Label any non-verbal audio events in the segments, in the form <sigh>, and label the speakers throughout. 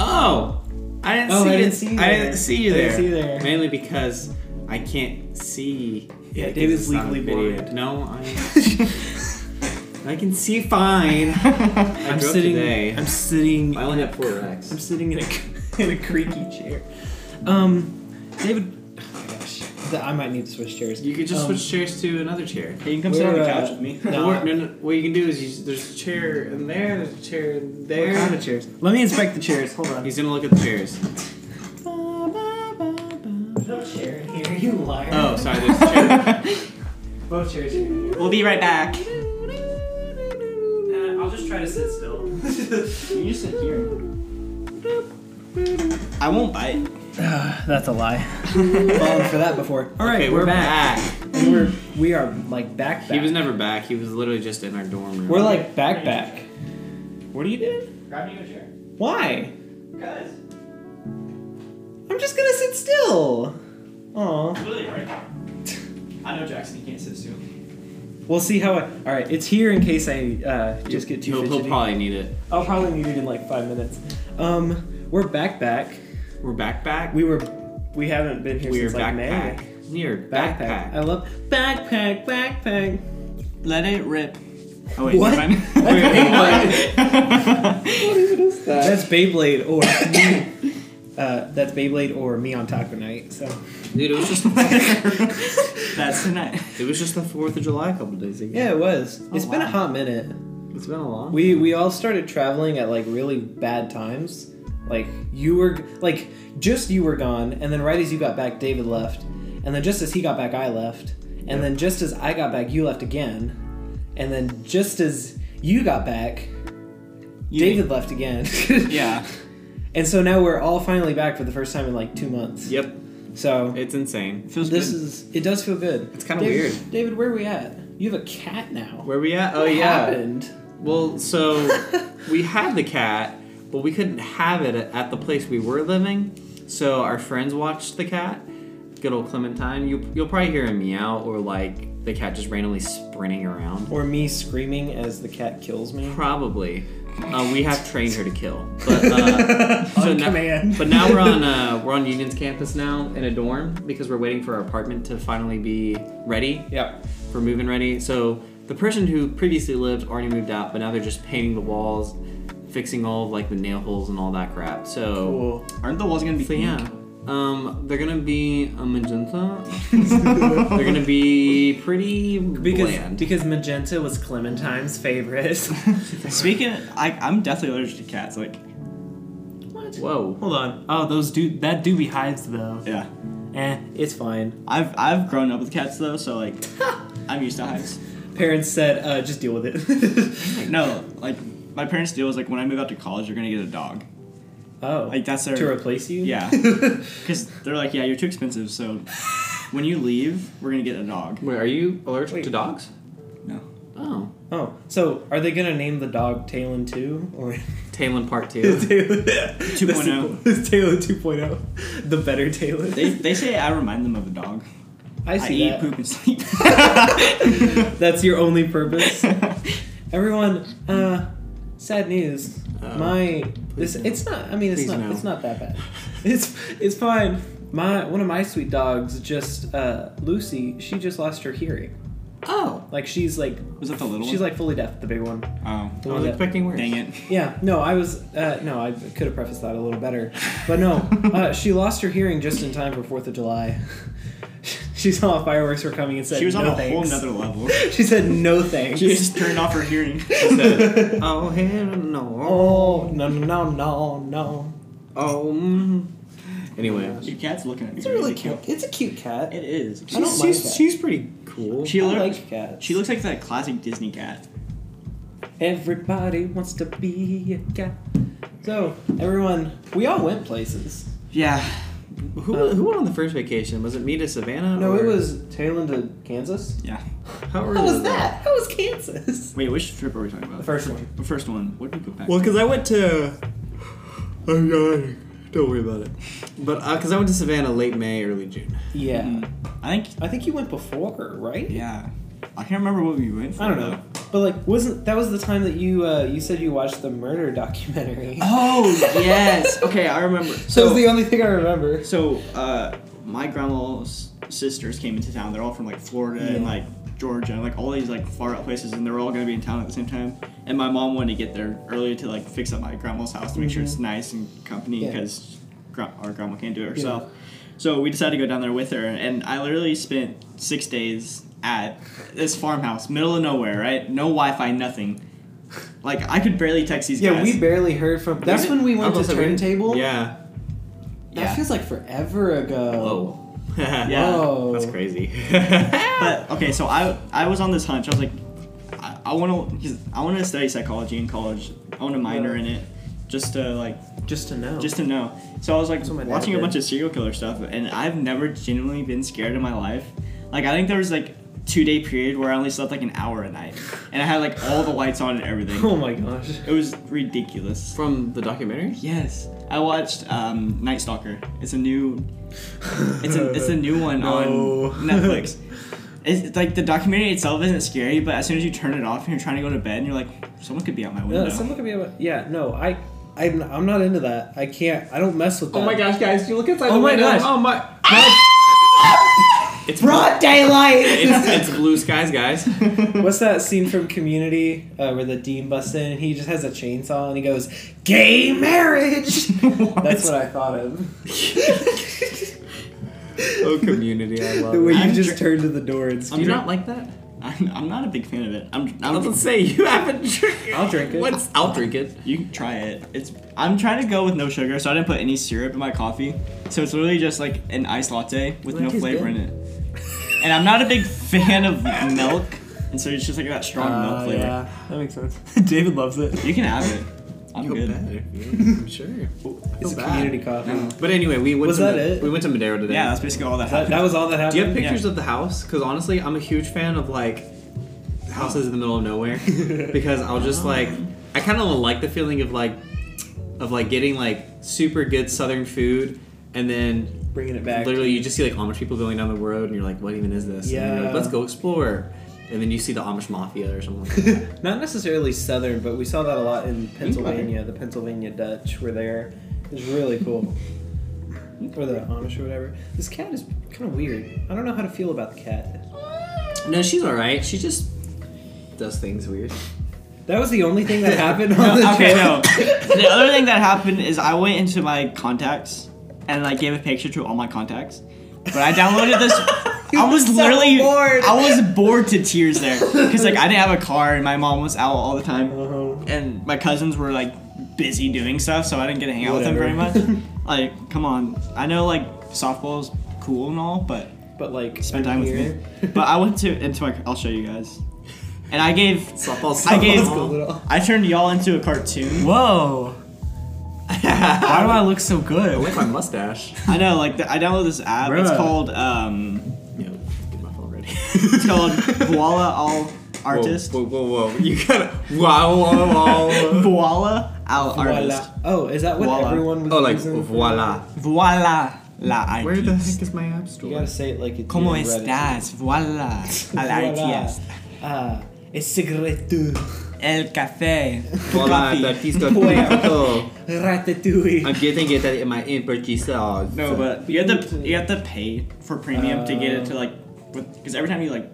Speaker 1: Oh, I didn't
Speaker 2: Oh,
Speaker 1: see
Speaker 2: I didn't
Speaker 1: it.
Speaker 2: see you
Speaker 1: I
Speaker 2: there.
Speaker 1: didn't see you
Speaker 2: I
Speaker 1: there.
Speaker 2: didn't see you there.
Speaker 1: Mainly because I can't see.
Speaker 2: Yeah,
Speaker 1: it because
Speaker 2: David's
Speaker 1: it's not
Speaker 2: legally
Speaker 1: video.
Speaker 2: blind.
Speaker 1: No,
Speaker 2: <laughs>
Speaker 1: I. I can see fine. I
Speaker 2: I'm
Speaker 1: drove
Speaker 2: sitting.
Speaker 1: today. <laughs>
Speaker 2: I'm sitting.
Speaker 1: I only have four racks.
Speaker 2: I'm sitting in a <laughs> in a creaky chair. Um, David. Oh my gosh, Th- I might need to switch chairs.
Speaker 1: You could just
Speaker 2: Um,
Speaker 1: switch chairs to another chair.
Speaker 3: Hey, you can come sit on the
Speaker 2: We're,
Speaker 3: couch
Speaker 2: uh,
Speaker 3: with me.
Speaker 2: no.
Speaker 1: Or- no, no, what you can do is you, s- there's a chair in there, there's a chair in
Speaker 2: What
Speaker 1: there.
Speaker 2: kind of chairs? Let me inspect the chairs. Hold
Speaker 1: <laughs>
Speaker 2: on.
Speaker 1: He's gonna look at the chairs.
Speaker 2: No chair here, you liar.
Speaker 1: Oh,
Speaker 2: <laughs>
Speaker 1: sorry, there's a chair.
Speaker 2: Both chairs here.
Speaker 3: We'll be right back.
Speaker 2: I'll just try to sit still.
Speaker 3: You just sit here. I won't bite.
Speaker 2: Ah, That's a <laughs> lie. Fallen for that before. All right,
Speaker 1: Okay,
Speaker 2: we're, back. And We're we are like back. back.
Speaker 1: He was never back. He was literally just in our dorm room.
Speaker 2: We're like back back.
Speaker 3: What are you doing?
Speaker 4: Grab me a chair.
Speaker 2: Why?
Speaker 4: Because
Speaker 2: I'm just gonna sit still. Aw.
Speaker 4: really right. I know Jackson, he can't sit still.
Speaker 2: We'll see how I. All right, it's here in case I uh, just get too
Speaker 1: he'll, he'll
Speaker 2: fidgety.
Speaker 1: probably need it.
Speaker 2: I'll probably need it in like five minutes. Um, we're back back.
Speaker 1: We're back back.
Speaker 2: We were, we haven't been here
Speaker 1: We are
Speaker 2: since like May.
Speaker 1: backpack. We are
Speaker 2: Backpack. Oh, I
Speaker 1: backpack.
Speaker 2: love backpack. Backpack.
Speaker 3: Let it rip. Oh
Speaker 2: <laughs> What?
Speaker 3: never mind.
Speaker 1: Wait, Uh,
Speaker 2: That's Beyblade or uh, that's Beyblade or me on Taco Night. So
Speaker 1: Dude, it was <laughs> just it
Speaker 3: That's tonight.
Speaker 1: was just the Fourth of July a couple days ago.
Speaker 2: yeah, it was.
Speaker 1: Oh,
Speaker 2: It's been a
Speaker 3: wow.
Speaker 2: hot minute.
Speaker 1: it's been a long.
Speaker 2: We we all started traveling at like really bad times. Like you were like just you were gone, and then right as you got back, David left, and then just as he got back, I left, and then just as I got back, you left again, and then just as you got back,
Speaker 3: You-
Speaker 2: David left again. <laughs>
Speaker 3: Yeah.
Speaker 2: And so now we're all finally back for the first time in like two months.
Speaker 1: Yep,
Speaker 2: So
Speaker 1: it's insane.
Speaker 3: Feels
Speaker 2: this
Speaker 3: good.
Speaker 2: is it does feel good.
Speaker 1: It's kinda
Speaker 2: David-
Speaker 1: weird.
Speaker 2: David, where are we at? You have a cat now.
Speaker 1: Where we at? Oh
Speaker 2: What
Speaker 1: yeah.
Speaker 2: happened?
Speaker 1: Well, so we had the cat, but we couldn't have it at the place we were living. So our friends watched the cat. Good old Clementine. You you'll probably hear him meow or like the cat just randomly sprinting around.
Speaker 2: Or me screaming as the cat kills
Speaker 3: <laughs>
Speaker 2: me.
Speaker 1: Probably. Uh, we have trained her to kill. But uh, so
Speaker 2: On
Speaker 1: now-
Speaker 2: command.
Speaker 1: but now we're
Speaker 2: <laughs>
Speaker 1: on uh, we're on Union's campus now in a dorm because we're waiting for our apartment to finally be ready
Speaker 2: Yep.
Speaker 1: for moving ready. So the person who previously lived already moved out, but now they're just painting the walls, fixing all of like the nail holes and all that crap. So,
Speaker 2: Cool.
Speaker 3: Aren't the walls gonna be
Speaker 1: so
Speaker 3: pink?
Speaker 1: yeah, um, they're gonna be a
Speaker 3: <laughs>
Speaker 1: magenta. they're gonna be pretty
Speaker 2: Because
Speaker 1: bland.
Speaker 2: because magenta was Clementine's
Speaker 3: <laughs>
Speaker 2: favorite.
Speaker 3: Speaking, of, I, I'm definitely allergic to cats. Like,
Speaker 2: what?
Speaker 1: Whoa.
Speaker 2: Hold on. Oh, those do that do be hives though.
Speaker 3: yeah.
Speaker 2: Eh, it's fine.
Speaker 3: I've I've grown up with cats though, so like, I'm used to hives.
Speaker 2: <laughs> Parents said, uh, just deal with it. <laughs>
Speaker 3: No, like my parents' deal was like when I move out to college, you're gonna get a dog.
Speaker 2: oh,
Speaker 3: Like that's their
Speaker 2: to replace you?
Speaker 3: Yeah. Because they're like, yeah, you're too expensive, so when you leave, we're gonna get a dog.
Speaker 1: Wait, are you allergic
Speaker 2: Wait.
Speaker 1: to dogs?
Speaker 3: No.
Speaker 1: Oh,
Speaker 2: <laughs> oh, so are they gonna name the dog Talon too, or <laughs>
Speaker 3: <laughs>
Speaker 1: Talon Part Two.
Speaker 2: Taylor
Speaker 3: 2.0.
Speaker 2: It's Taylor 2.0. The better Taylor.
Speaker 3: oh. They, they say I remind them of a dog.
Speaker 2: I
Speaker 3: I,
Speaker 2: see
Speaker 3: eat,
Speaker 2: that.
Speaker 3: poop, and sleep. <laughs>
Speaker 2: That's your only purpose. Everyone, uh, sad news.
Speaker 3: Uh,
Speaker 2: My this
Speaker 1: no.
Speaker 2: it's not. I mean, it's
Speaker 1: Please
Speaker 2: not.
Speaker 1: no.
Speaker 2: It's not
Speaker 3: <laughs>
Speaker 2: that bad. It's it's fine. My one of my sweet dogs just uh, Lucy. She just lost her hearing.
Speaker 1: oh,
Speaker 2: Like she's like
Speaker 3: was that the little
Speaker 2: she's
Speaker 3: one?
Speaker 2: like fully deaf. The big one.
Speaker 3: oh,
Speaker 2: The
Speaker 1: I
Speaker 2: one
Speaker 1: was
Speaker 2: that-
Speaker 1: expecting worse.
Speaker 3: dang it.
Speaker 2: Yeah, no, I was uh, no, I could have prefaced that a little better, but
Speaker 3: <laughs>
Speaker 2: no, uh, she lost her hearing just in time for Fourth of July. <laughs> she saw fireworks were coming and said,
Speaker 3: She was on
Speaker 2: "No
Speaker 3: a
Speaker 2: thanks."
Speaker 3: whole nother level.
Speaker 2: <laughs> She said, "No thanks."
Speaker 3: She just <laughs> turned off her
Speaker 2: <laughs>
Speaker 3: hearing.
Speaker 1: He said, oh hell no.
Speaker 2: oh no no no no no!
Speaker 1: Oh. mm. Anyway,
Speaker 3: Your cat's looking at me.
Speaker 2: It's a really
Speaker 3: Like,
Speaker 2: cute. It's a cute cat.
Speaker 3: It is.
Speaker 2: I don't
Speaker 1: she's
Speaker 2: like
Speaker 1: she's,
Speaker 2: that.
Speaker 1: she's pretty cool.
Speaker 3: She
Speaker 2: I
Speaker 3: looks.
Speaker 2: like cats.
Speaker 3: She looks like that classic Disney cat.
Speaker 2: Everybody wants to be a cat. So everyone, we all went places.
Speaker 3: Yeah.
Speaker 1: Who,
Speaker 2: Uh,
Speaker 1: who went on the first vacation? Was it me to Savannah?
Speaker 2: No, it
Speaker 1: or-
Speaker 2: was Taylor to Kansas.
Speaker 3: Yeah.
Speaker 1: How, early
Speaker 2: How was that? How was Kansas?
Speaker 3: Wait, which trip are we talking about?
Speaker 2: The first one.
Speaker 3: The first one. What did we go back?
Speaker 1: Well, because I went to. Oh god, don't worry about it. But because I went to Savannah late May, early June.
Speaker 2: Yeah.
Speaker 3: Mm, I think.
Speaker 2: I think you went before, right?
Speaker 3: Yeah. I can't remember what we went for.
Speaker 2: I don't know.
Speaker 3: though.
Speaker 2: But like, wasn't that was the time that you uh, you said you watched the murder <laughs> documentary?
Speaker 3: <laughs> Oh yes. Okay, I remember.
Speaker 2: So
Speaker 3: So
Speaker 2: was the only thing I remember.
Speaker 3: so uh, my grandma's sisters came into town. They're all from like Florida and
Speaker 2: Yeah.
Speaker 3: like Georgia, like all these like far out places, and they're all gonna be in town at the same time. And my mom wanted to get there early to like fix up my grandma's house to make sure it's nice and company
Speaker 2: Mm-hmm. Yeah.
Speaker 3: because our grandma can't do it herself. So we decided to go down there with her, and I literally spent six days at this farmhouse, middle of nowhere, right? No Wi-Fi, nothing. Like I could barely text these
Speaker 2: Yeah,
Speaker 3: guys.
Speaker 2: we barely heard from. That's when we went to turntable.
Speaker 1: Yeah.
Speaker 2: that
Speaker 3: Yeah.
Speaker 2: feels like forever ago.
Speaker 1: Whoa. <laughs>
Speaker 3: Yeah.
Speaker 2: Whoa.
Speaker 1: That's
Speaker 2: <laughs>
Speaker 1: crazy.
Speaker 3: But okay, so I I was on this hunch. I was like, I, I want to I want to study psychology in college. I want to minor in it, just to like
Speaker 2: Just to know. <laughs>
Speaker 3: just to know. So I was like
Speaker 2: Oh. That's what my dad
Speaker 3: watching a
Speaker 2: did.
Speaker 3: bunch of serial killer stuff, and I've never genuinely been scared in my life. Like I think there was like two day period where I only slept like an hour a night, and I had like all the lights on and everything.
Speaker 2: <laughs> oh my gosh.
Speaker 3: It was ridiculous.
Speaker 1: <laughs> From the documentary?
Speaker 3: Yes, I watched um, Night Stalker. It's a new it's a it's a new one
Speaker 2: No.
Speaker 3: on Netflix. It's it's like the documentary itself isn't scary, but as soon as you turn it off and you're trying to go to bed, and you're like, someone could be out my window.
Speaker 2: No,
Speaker 3: <laughs>
Speaker 2: someone could be about. Yeah, no, I, I'm, I'm not into that. I can't. I don't mess with that.
Speaker 1: gosh, guys! You look outside.
Speaker 2: Oh my gosh.
Speaker 1: my! <laughs> It's
Speaker 2: Broad daylight.
Speaker 1: It's, it's blue skies, guys.
Speaker 2: <laughs>
Speaker 1: <laughs>
Speaker 2: What's that scene from Community uh, where the dean busts in and he just has a chainsaw and he goes, "Gay
Speaker 3: <laughs>
Speaker 2: marriage." That's what I
Speaker 1: <laughs>
Speaker 2: thought of.
Speaker 1: Oh, community, I love
Speaker 2: The way
Speaker 1: it.
Speaker 2: you
Speaker 3: I'm
Speaker 2: just
Speaker 3: dr-
Speaker 2: turned to the doors.
Speaker 1: Do you not like that?
Speaker 3: I'm, I'm not a big fan of it. I'm,
Speaker 1: I was
Speaker 3: I'm
Speaker 1: gonna say you haven't drank.
Speaker 2: I'll drink it.
Speaker 1: What's? I'll drink it.
Speaker 3: you can try it. It's I'm trying to go with no sugar, so I didn't put any syrup in my coffee. So it's literally just like an iced latte
Speaker 2: Well,
Speaker 3: with no
Speaker 2: that tastes
Speaker 3: flavor
Speaker 2: good.
Speaker 3: in it. And I'm not a big <laughs> fan of milk, and so it's just like that strong
Speaker 2: Ah,
Speaker 3: milk flavor.
Speaker 2: that makes sense. David loves it.
Speaker 3: You can have it. I'm good.
Speaker 1: I'm
Speaker 2: <laughs>
Speaker 1: sure.
Speaker 2: It's
Speaker 1: Feel
Speaker 2: a
Speaker 1: bad.
Speaker 2: community coffee.
Speaker 1: But anyway, we went
Speaker 2: Was
Speaker 1: to
Speaker 2: that
Speaker 1: Ma-
Speaker 2: it?
Speaker 1: we went to Madero today.
Speaker 3: Yeah, that's basically all that
Speaker 2: That,
Speaker 3: happened.
Speaker 2: that was all that
Speaker 1: Do you
Speaker 2: happened.
Speaker 1: have pictures of the house? Because honestly, I'm a huge fan of like houses in the middle of
Speaker 2: <laughs>
Speaker 1: nowhere because I'll just
Speaker 2: Oh.
Speaker 1: like I kind of like the feeling of like of like getting like super good Southern food and then
Speaker 2: Bringing it back.
Speaker 1: literally you just see like Amish people going down the road and you're like, what even is this? And you're
Speaker 2: Yeah.
Speaker 1: like, Let's go explore. And then you see the Amish mafia or
Speaker 2: <laughs>
Speaker 1: something. Like that.
Speaker 2: Not necessarily southern, but we saw that a lot in Pennsylvania. The Pennsylvania Dutch were there. It was really cool. Or the Amish or whatever. This cat is kind of weird. I don't know how to feel about the cat.
Speaker 1: no, she's all right. She just does things weird.
Speaker 2: That was the only thing that happened on the
Speaker 3: No, okay,
Speaker 2: trip.
Speaker 3: no. the other thing that happened is I went into my contacts and like gave a picture to all my contacts, but I downloaded this.
Speaker 2: <laughs> You
Speaker 3: I was
Speaker 2: were so
Speaker 3: literally
Speaker 2: bored.
Speaker 3: I was bored to tears there because like I didn't have a car and my mom was out all the time
Speaker 2: <laughs> Uh-huh.
Speaker 3: and my cousins were like busy doing stuff so I didn't get to hang out with
Speaker 2: Whatever. <laughs>
Speaker 3: them very much. like, come on, I know like softball's cool and all, but
Speaker 2: But like,
Speaker 3: spend
Speaker 2: I'm
Speaker 3: time with
Speaker 2: here.
Speaker 3: me.
Speaker 2: <laughs>
Speaker 3: But I went to into my. I'll show you guys. And I gave
Speaker 1: Softball,
Speaker 3: I gave
Speaker 1: <laughs>
Speaker 2: Softball's cool at all.
Speaker 3: I turned y'all into a cartoon.
Speaker 5: Whoa! Why do I look so
Speaker 1: I
Speaker 5: good?
Speaker 1: like my mustache.
Speaker 3: I know, like the, I downloaded this app. It's
Speaker 5: Bruh.
Speaker 3: called um,
Speaker 1: Yeah, get my phone ready.
Speaker 3: it's called Voila All <laughs> Artist.
Speaker 1: Whoa, whoa, whoa! whoa. You gotta wow, wow, wow.
Speaker 3: Voila All Artist.
Speaker 2: Voila. Oh, is that what
Speaker 3: Voila.
Speaker 2: everyone was
Speaker 1: Oh, like
Speaker 2: using?
Speaker 1: voila.
Speaker 3: Voila la IT.
Speaker 1: Where the heck is my app store?
Speaker 2: You gotta say it like it's.
Speaker 3: Como estás? Voila al ITS.
Speaker 2: Ah, es secreto.
Speaker 3: El café. Tu
Speaker 1: Voila,
Speaker 3: coffee. <laughs>
Speaker 1: Batista
Speaker 2: Puerto.
Speaker 1: Puerto.
Speaker 2: Ratatouille.
Speaker 1: Oh, I'm getting it at my in-purchase sauce.
Speaker 3: No, but you have to you have to pay for premium to get it to like. Because every time you like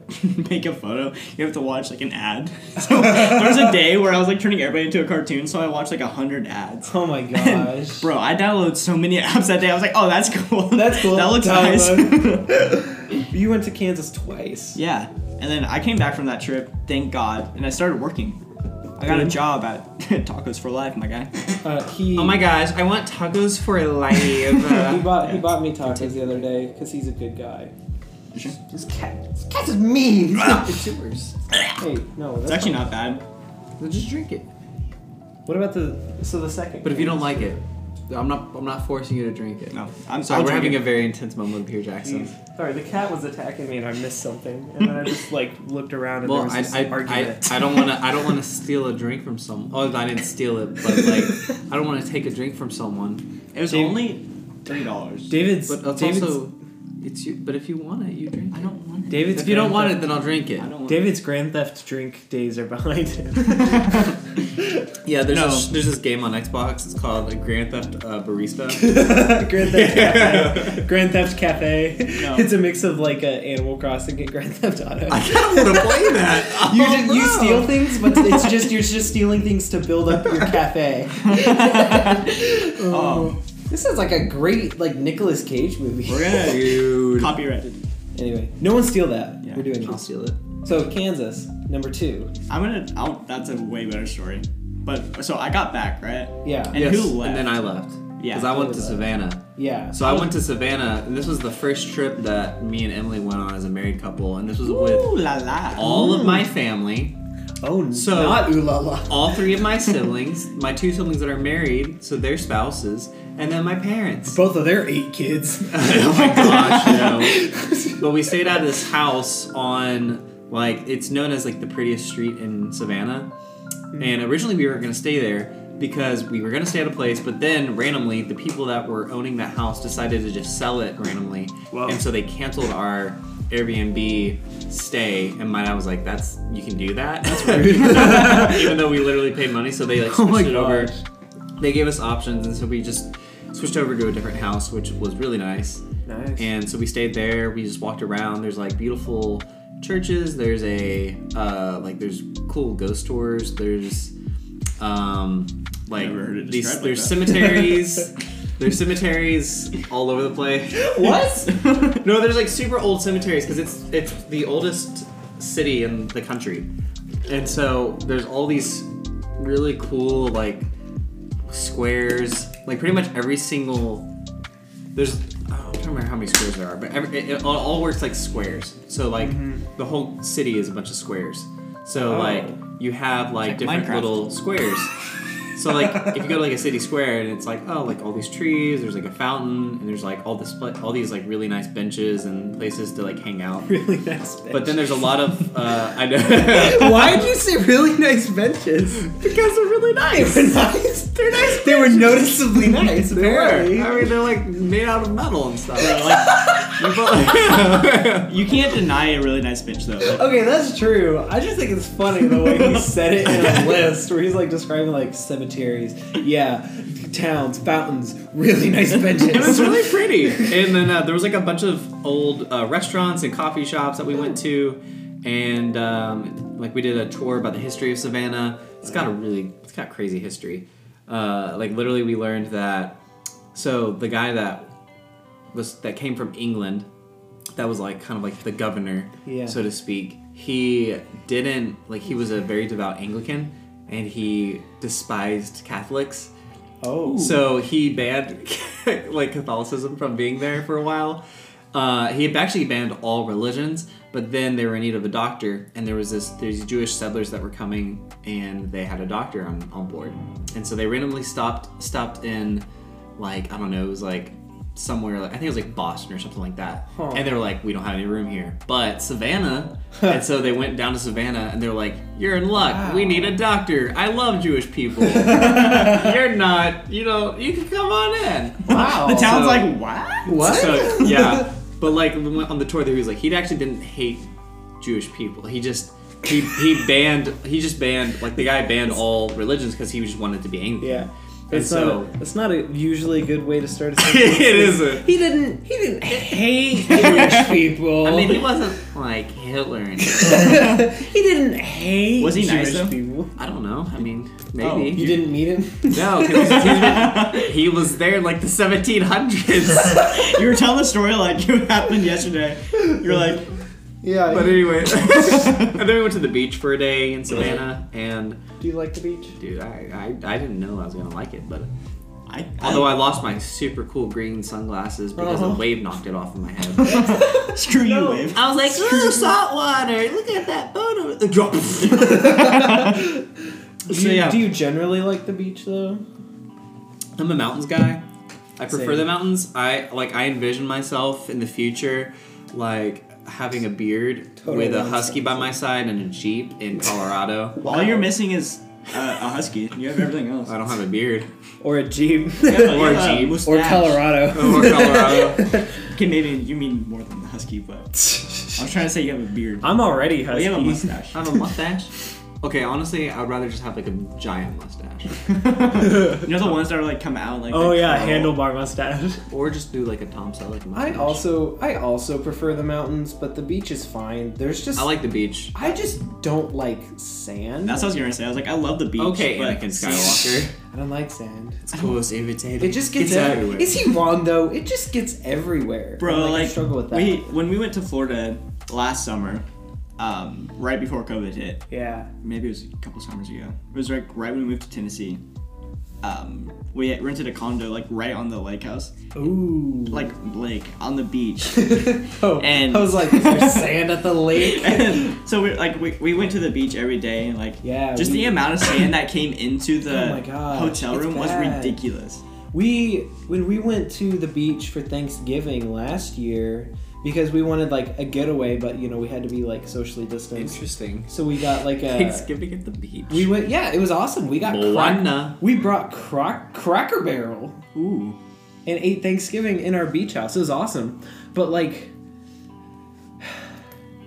Speaker 3: <laughs> make a photo, you have to watch like an ad. <laughs> So there was a day where I was like turning everybody into a cartoon, so I watched like a hundred ads.
Speaker 2: Oh
Speaker 1: <laughs>
Speaker 2: my gosh.
Speaker 3: Bro, I downloaded so many <laughs> apps that day. I was like, oh, that's cool.
Speaker 2: That's cool.
Speaker 3: <laughs> that looks
Speaker 2: <laughs>
Speaker 3: nice. <laughs>
Speaker 2: You went to Kansas twice.
Speaker 3: yeah. And then I came back from that trip, thank God, and I started working. I got a job at <laughs> Tacos for Life, my guy. <laughs>
Speaker 2: Uh, he.
Speaker 1: Oh my gosh, I want tacos for life.
Speaker 2: He bought he bought me tacos the other day because he's a good guy.
Speaker 3: Sure.
Speaker 2: This cat, this cat is mean.
Speaker 1: it's yours.
Speaker 2: hey, no. That's
Speaker 3: It's actually not bad.
Speaker 1: Well, just drink it.
Speaker 2: What about the so the second?
Speaker 1: But if you don't like it, I'm not. I'm not forcing you to drink it.
Speaker 3: No, I'm
Speaker 1: Sorry,
Speaker 3: I'll
Speaker 1: we're
Speaker 3: drink
Speaker 1: having
Speaker 3: it.
Speaker 1: a very intense moment with Pierre Jackson.
Speaker 2: Sorry, the cat was attacking me and I missed something, and then I just like looked around and
Speaker 1: Well,
Speaker 2: there was
Speaker 1: I,
Speaker 2: this
Speaker 1: I, I,
Speaker 2: argument.
Speaker 1: I don't want to. I
Speaker 3: <laughs>
Speaker 1: don't want to steal a drink from someone. Oh, I didn't steal it, but like, I don't want to take a drink from someone.
Speaker 3: It was
Speaker 2: Dude.
Speaker 3: only three dollars.
Speaker 2: David's
Speaker 1: But that's
Speaker 2: David's
Speaker 1: also It's you, but if you want it, you drink.
Speaker 3: I
Speaker 1: it.
Speaker 3: don't want it.
Speaker 2: David's
Speaker 1: If you don't
Speaker 2: Grand
Speaker 1: want
Speaker 2: Theft-
Speaker 1: it, then I'll drink it.
Speaker 3: I don't want
Speaker 2: David's Grand Theft drink days are behind him.
Speaker 1: Yeah, there's
Speaker 3: No.
Speaker 1: this, there's this game on Xbox. It's called like, Grand Theft uh, <laughs> Barista.
Speaker 2: <laughs> Grand <laughs> Theft
Speaker 1: Yeah.
Speaker 2: Cafe. Grand Theft Cafe.
Speaker 3: No.
Speaker 2: It's a mix of like uh, Animal Crossing and Grand Theft Auto.
Speaker 1: I kind of want to play <laughs> that.
Speaker 2: <laughs> You,
Speaker 1: Oh,
Speaker 2: just, you
Speaker 1: no.
Speaker 2: steal things, but <laughs> it's just you're just stealing things to build up your
Speaker 1: <laughs>
Speaker 2: cafe.
Speaker 3: Oh.
Speaker 2: This is like a great like Nicolas Cage movie.
Speaker 3: We're gonna
Speaker 1: Dude.
Speaker 3: copyrighted.
Speaker 2: <laughs> anyway, no one steal that.
Speaker 3: Yeah.
Speaker 2: We're doing
Speaker 1: I'll
Speaker 2: this.
Speaker 1: steal it.
Speaker 2: So Kansas, number two.
Speaker 3: I'm gonna. I'll, that's a way better story. But so I got back right.
Speaker 2: Yeah.
Speaker 3: And
Speaker 1: yes.
Speaker 3: who left?
Speaker 1: And then I left.
Speaker 3: Yeah.
Speaker 1: Because I went
Speaker 2: Who
Speaker 1: to
Speaker 2: left?
Speaker 1: Savannah.
Speaker 2: Yeah.
Speaker 1: So I went to Savannah, and this was the first trip that me and Emily went on as a married couple, and this was with
Speaker 3: Ooh la la.
Speaker 1: all of my family,
Speaker 2: Oh,
Speaker 1: So-
Speaker 2: not ooh la la.
Speaker 1: all three of my siblings, my two siblings that are married, so their spouses, and then my parents.
Speaker 2: Both of their eight kids.
Speaker 1: <laughs> oh my gosh,
Speaker 2: <laughs>
Speaker 1: no. But we stayed at this house on like it's known as like the prettiest street in Savannah.
Speaker 2: Mm-hmm.
Speaker 1: And originally we were gonna stay there because we were gonna stay at a place, but then randomly the people that were owning that house decided to just sell it randomly.
Speaker 3: Whoa.
Speaker 1: And so they canceled our Airbnb stay and my dad was like, That's you can do that. That's
Speaker 2: <laughs>
Speaker 1: weird. <laughs> Even though we literally paid money, so they like
Speaker 2: Oh
Speaker 1: switched
Speaker 2: my
Speaker 1: it over
Speaker 2: gosh.
Speaker 1: they gave us options and so we just switched over to a different house which was really nice
Speaker 2: Nice.
Speaker 1: and so we stayed there we just walked around there's like beautiful churches there's a uh, like there's cool ghost tours there's um like
Speaker 3: Never heard it
Speaker 1: these
Speaker 3: described like
Speaker 1: there's
Speaker 3: that. <laughs>
Speaker 1: cemeteries there's cemeteries all over the place <laughs>
Speaker 3: What?
Speaker 1: no there's like super old cemeteries because it's it's the oldest city in the country and so there's all these really cool like squares. Like pretty much every single there's I don't remember how many squares there are, but every, it, it all- all works like squares. So like the whole city is a bunch of squares. So
Speaker 2: Oh.
Speaker 1: like you have like,
Speaker 3: like
Speaker 1: different
Speaker 3: Minecraft.
Speaker 1: little squares. so like if you go to like a city square and it's like oh like all these trees, there's like a fountain and there's like all this pla- all these like really nice benches and places to like hang out.
Speaker 2: <laughs> really nice. Bench.
Speaker 1: But then there's a lot of uh, I know.
Speaker 2: <laughs> Why did you say really nice benches?
Speaker 1: Because they're really nice.
Speaker 2: They were
Speaker 1: <laughs>
Speaker 2: nice.
Speaker 1: They're nice.
Speaker 2: They were noticeably nice.
Speaker 1: <laughs> They were.
Speaker 2: Apparently.
Speaker 1: I mean, they're like made out of metal and stuff.
Speaker 3: Bro, like, you,
Speaker 1: <laughs>
Speaker 3: both- you can't deny a really nice bitch though. Like,
Speaker 2: Okay, that's true. I just think it's funny the way he said it
Speaker 1: <laughs>
Speaker 2: in a list where he's like describing like cemeteries, yeah, towns, fountains, really nice
Speaker 1: It was <laughs>
Speaker 2: benches.
Speaker 1: really pretty. And then uh, there was like a bunch of old uh, restaurants and coffee shops that we went to, and um, like we did a tour about the history of Savannah. It's got a really, it's got crazy history. Uh, like literally, we learned that. So the guy that was that came from England, that was like kind of like the governor,
Speaker 2: Yeah.
Speaker 1: so to speak. He didn't like he was a very devout Anglican, and he despised Catholics.
Speaker 2: oh,
Speaker 1: So he banned <laughs> like Catholicism from being there for a while. Uh, he had actually banned all religions, but then they were in need of a doctor, and there was this these Jewish settlers that were coming, and they had a doctor on, on board, and so they randomly stopped stopped in, like I don't know, it was like somewhere like I think it was like Boston or something like that,
Speaker 2: Huh.
Speaker 1: and they were like, we don't have any room here, but Savannah, and so they went down to Savannah, and they're like, you're in luck, we
Speaker 2: Wow.
Speaker 1: need a doctor, I love Jewish people. You're not. You know, you can come on in.
Speaker 2: wow.
Speaker 3: the town's
Speaker 1: So-
Speaker 3: like what?
Speaker 2: what?
Speaker 1: So yeah, but like when we went on the tour, there he was like he actually didn't hate Jewish people. He just he he banned he just banned like the guy banned all religions because he just wanted to be angry.
Speaker 2: yeah.
Speaker 1: And
Speaker 2: It's
Speaker 1: so-
Speaker 2: not. A, it's not a usually good way to
Speaker 1: <laughs>
Speaker 2: start a sentence.
Speaker 1: it isn't.
Speaker 2: He didn't. He didn't
Speaker 1: <laughs>
Speaker 2: hate Jewish people.
Speaker 1: I mean, he wasn't like Hitler. And
Speaker 2: <laughs> he didn't hate.
Speaker 3: Was he nice,
Speaker 2: Jewish
Speaker 3: though?
Speaker 2: people.
Speaker 1: I don't know. I mean,
Speaker 3: Oh,
Speaker 1: maybe.
Speaker 2: You didn't
Speaker 3: <laughs>
Speaker 2: meet him.
Speaker 1: No, because he was there in like the
Speaker 2: <laughs>
Speaker 1: 1700s.
Speaker 3: You were telling the story like it <laughs> happened yesterday. You're like,
Speaker 2: Yeah.
Speaker 3: <laughs>
Speaker 1: but
Speaker 2: you-
Speaker 1: anyway, <laughs> and then we went to the beach for a day in Savannah, and
Speaker 2: do you like the beach?
Speaker 1: Dude, I, I, I didn't know I was gonna like it, but
Speaker 3: I,
Speaker 1: although I lost my super cool green sunglasses because
Speaker 2: Uh-huh.
Speaker 1: the wave knocked it off of my head.
Speaker 3: screw you,
Speaker 2: No.
Speaker 3: wave.
Speaker 1: I was like, ooh, salt water! Look at that boat over there." <laughs> Drop.
Speaker 2: Do
Speaker 1: So,
Speaker 2: you,
Speaker 1: yeah.
Speaker 2: do you generally like the beach though?
Speaker 1: I'm a mountains guy. I prefer
Speaker 2: Same.
Speaker 1: the mountains. I like I envision myself in the future, like having a beard
Speaker 2: Totally
Speaker 1: with a <laughs>
Speaker 2: nonsense.
Speaker 1: husky by my side and a jeep in Colorado.
Speaker 3: All you're missing is uh, a husky. You have everything else.
Speaker 1: I don't have a <laughs> beard.
Speaker 2: Or a Jeep. <laughs>
Speaker 3: You have a-
Speaker 1: Or
Speaker 3: you have a
Speaker 1: Jeep. Or
Speaker 2: or
Speaker 3: mustache. Oh,
Speaker 2: Colorado.
Speaker 1: Or Oh, Colorado.
Speaker 3: Okay, maybe you mean more than the husky, but I
Speaker 2: <laughs>
Speaker 3: was trying to say you have a beard.
Speaker 5: I'm already
Speaker 3: Well,
Speaker 5: husky.
Speaker 3: Oh, you have a mustache.
Speaker 1: I have a mustache. Okay, honestly, I would rather just have like a giant mustache,
Speaker 3: you know the ones that are like come out like.
Speaker 5: oh
Speaker 3: the
Speaker 5: yeah,
Speaker 3: curl?
Speaker 5: handlebar mustache.
Speaker 1: or just do like a Tom Selleck
Speaker 2: <laughs> I
Speaker 1: mustache.
Speaker 2: also I also prefer the mountains, but the beach is fine. There's just
Speaker 1: I like the beach.
Speaker 2: I just don't like sand.
Speaker 3: That's what I was gonna say. I was like, I love the beach.
Speaker 1: Okay,
Speaker 3: but
Speaker 1: Anakin Skywalker.
Speaker 2: I don't like sand.
Speaker 1: It's close, irritating.
Speaker 2: It just gets, ev- Is he wrong though? It just gets everywhere.
Speaker 3: Bro,
Speaker 2: I'm,
Speaker 3: like,
Speaker 2: I struggle with that.
Speaker 3: we when we went to Florida last summer, um, right before COVID hit,
Speaker 2: yeah.
Speaker 3: maybe it was a couple summers ago. It was like right when we moved to Tennessee. Um, we had rented a condo like right on the lake house,
Speaker 2: Ooh.
Speaker 3: <laughs> like lake on
Speaker 2: <laughs>
Speaker 3: the beach. <laughs>
Speaker 2: oh,
Speaker 3: and-
Speaker 2: I was like, is there sand at the lake?
Speaker 3: and so we like we, we went to the beach every day and like
Speaker 2: Yeah,
Speaker 3: just
Speaker 2: we- <coughs>
Speaker 3: the amount of sand that came into the
Speaker 2: Oh my God,
Speaker 3: hotel
Speaker 2: it's
Speaker 3: room was
Speaker 2: bad.
Speaker 3: ridiculous.
Speaker 2: We when we went to the beach for Thanksgiving last year because we wanted like a getaway, but you know we had to be like socially distanced.
Speaker 1: Interesting. Uh,
Speaker 2: So we got like a.
Speaker 1: Thanksgiving at the beach.
Speaker 2: We went. Yeah, it was awesome. We got crack,
Speaker 1: Moana.
Speaker 2: We brought croc, Cracker Barrel
Speaker 3: Ooh.
Speaker 2: and ate Thanksgiving in our beach house. It was awesome, but like,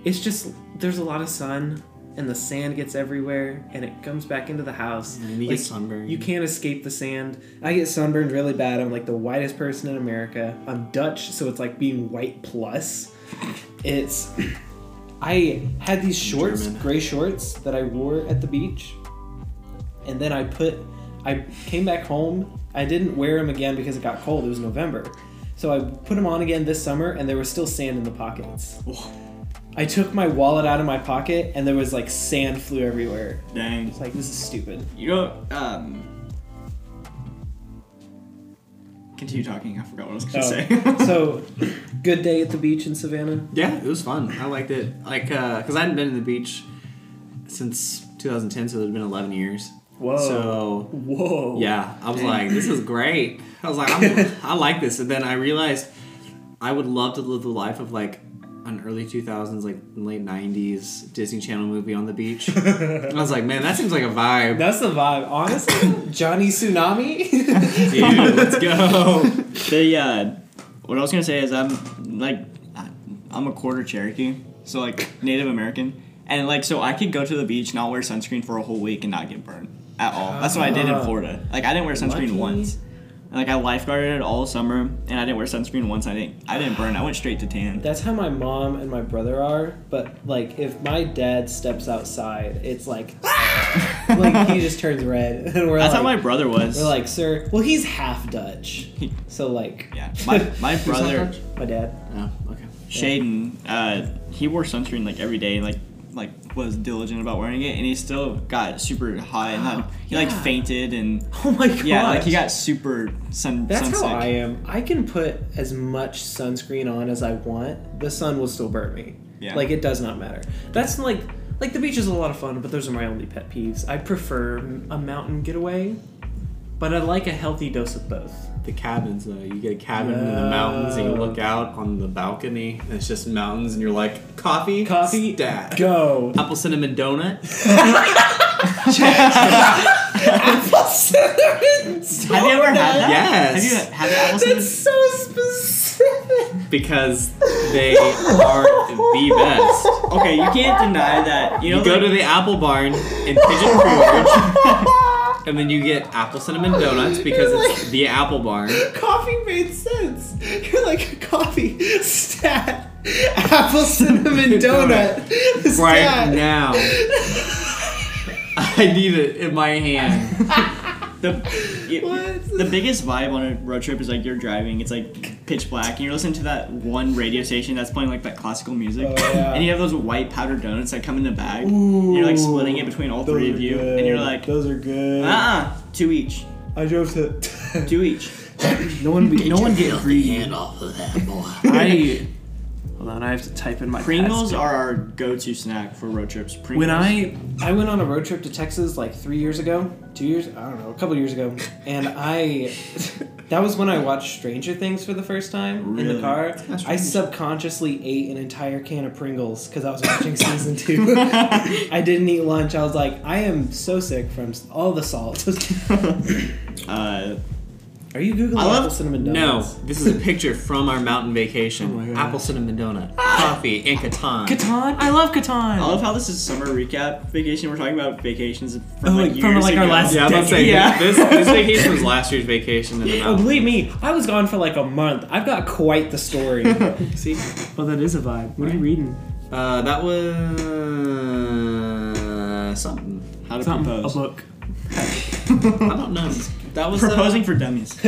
Speaker 2: it's just there's a lot of sun. And the sand gets everywhere, and it comes back into the house.
Speaker 1: And you get sunburned.
Speaker 2: You can't escape the sand. I get sunburned really bad. I'm like the whitest person in America. I'm Dutch, so it's like being white plus. It's. I had these shorts,
Speaker 1: German.
Speaker 2: gray shorts, that I wore at the beach, and then I put. I came back home. I didn't wear them again because it got cold. It was November. So I put them on again this summer, and there was still sand in the pockets. I took my wallet out of my pocket, and there was like sand flew everywhere.
Speaker 3: Dang.
Speaker 2: It's like, this is stupid.
Speaker 3: You know, um. Continue talking. I forgot what I was gonna
Speaker 2: Oh. <laughs>
Speaker 3: <laughs> say.
Speaker 2: so, good day at the beach in Savannah.
Speaker 1: Yeah, it was fun. I liked it. Like, uh, cause I hadn't been to the beach since 2010, so it's been 11 years.
Speaker 2: Whoa.
Speaker 1: So
Speaker 2: Whoa.
Speaker 1: yeah, I was
Speaker 3: Dang.
Speaker 1: like, this is great. I was like, <laughs> I'm, I like this, and then I realized I would love to live the life of like an early 2000s, like late 90s Disney Channel movie on the <laughs> beach. and I was like, man, that seems like a vibe.
Speaker 2: That's the vibe.
Speaker 3: <laughs>
Speaker 2: Honestly, Johnny Tsunami. <laughs>
Speaker 1: Dude, let's <laughs> go.
Speaker 3: the uh, what I was gonna say is I'm like, I- I'm a quarter Cherokee, so like Native American, and like so I could go to the beach not wear sunscreen for a whole week and not get burned at all. That's what I did in
Speaker 2: Ah.
Speaker 3: Florida. Like I didn't wear sunscreen
Speaker 2: Lucky.
Speaker 3: once. And, Like I lifeguarded it all summer, and I didn't wear sunscreen once. I didn't. I didn't burn. I went straight to tan.
Speaker 2: That's how my mom and my brother are. But like, if my dad steps outside, it's like, like he just turns red, <laughs> and we're
Speaker 3: <laughs> That's how my
Speaker 2: like,
Speaker 3: brother was.
Speaker 2: we're like, sir. Well, he's half
Speaker 3: <laughs>
Speaker 2: Dutch, so like,
Speaker 3: yeah, my
Speaker 2: <laughs>
Speaker 3: my brother.
Speaker 2: my dad.
Speaker 1: Oh, okay.
Speaker 3: Shaden, uh, he wore sunscreen like every day, like like was diligent about wearing it, and he still got super hot and had, he like
Speaker 2: Yeah. <laughs>
Speaker 3: fainted and
Speaker 2: Oh my god.
Speaker 3: yeah, like he got super sun
Speaker 2: That's
Speaker 3: sunsick.
Speaker 2: how I am. I can put as much sunscreen on as I want. The sun will still burn me.
Speaker 3: Yeah.
Speaker 2: Like it does not matter. That's like like the beach is a lot of fun, but those are my only pet peeves. I prefer a mountain getaway, but I like a healthy dose of both.
Speaker 1: The cabins though, you get a cabin in the mountains and you
Speaker 2: No.
Speaker 1: look out on the balcony and it's just mountains and you're like coffee,
Speaker 2: Coffee,
Speaker 1: stat.
Speaker 2: <laughs> go.
Speaker 1: apple cinnamon donut.
Speaker 3: Have you ever had that?
Speaker 1: Yes.
Speaker 3: Have you had apple cinnamon?
Speaker 2: That's so specific.
Speaker 1: <laughs> because they are the best.
Speaker 3: Okay, you
Speaker 2: <laughs>
Speaker 3: can't deny that. You know,
Speaker 1: You go
Speaker 3: like-
Speaker 1: to the apple barn in <laughs> Pigeon Forge,
Speaker 2: <laughs>
Speaker 1: and then you get apple cinnamon donuts because it's the apple barn.
Speaker 2: Coffee made sense. You're like coffee stat. Apple <laughs> cinnamon donut.
Speaker 1: Right <laughs>
Speaker 2: stat.
Speaker 1: now. I need it in my hand.
Speaker 2: <laughs>
Speaker 3: the you-
Speaker 2: What?
Speaker 3: the biggest vibe on a road trip is like you're driving. It's like pitch black, and you're listening to that one radio station that's playing like that classical music,
Speaker 2: Oh, yeah.
Speaker 3: and you have those white powdered donuts that come in a bag. and you're like splitting it between all three of you, and you're like, uh
Speaker 2: those are good.
Speaker 3: uh two each,
Speaker 2: I drove to.
Speaker 3: two each.
Speaker 2: no one, be, no one <laughs> get
Speaker 1: Hand off of that boy.
Speaker 5: I hold on. I have to type in my
Speaker 3: Pringles
Speaker 5: passcode.
Speaker 3: are our go-to snack for road trips. Pringles.
Speaker 5: When I
Speaker 2: I went on a road trip to Texas like three years ago, two years, I don't know, a couple years ago, and I, That was when I watched Stranger Things for the first time in the
Speaker 3: Really?
Speaker 2: car.
Speaker 3: That's
Speaker 2: I
Speaker 3: strange.
Speaker 2: subconsciously ate an entire can of Pringles because I was watching season two. I didn't eat lunch. I was like, I am so sick from s- all the salt. <laughs>
Speaker 3: uh,
Speaker 2: Are you googling
Speaker 3: I love-
Speaker 2: apple cinnamon
Speaker 1: No,
Speaker 2: donuts?
Speaker 1: this
Speaker 2: <laughs>
Speaker 1: is a picture from our mountain vacation.
Speaker 2: Oh my God.
Speaker 1: Apple cinnamon donut, coffee, and Catan.
Speaker 5: Catan? I love
Speaker 3: I
Speaker 5: Catan.
Speaker 3: love how this is summer recap vacation. We're talking about vacations from
Speaker 5: Oh,
Speaker 3: like,
Speaker 5: like, from,
Speaker 3: years
Speaker 5: like, our
Speaker 3: ago.
Speaker 5: last-
Speaker 1: Yeah, I'm about to say
Speaker 3: Yeah.
Speaker 1: this, this vacation was last year's vacation in
Speaker 2: <laughs>
Speaker 1: the
Speaker 2: Oh,
Speaker 1: mountains.
Speaker 2: believe me, I was gone for like a month. I've got quite the story.
Speaker 1: See,
Speaker 5: Well, that is a vibe. What are you reading?
Speaker 1: uh, that was something.
Speaker 3: How to
Speaker 5: Something.
Speaker 3: propose.
Speaker 5: A
Speaker 3: <laughs>
Speaker 5: book.
Speaker 1: I don't know. That was uh,
Speaker 3: Proposing for <laughs> dummies.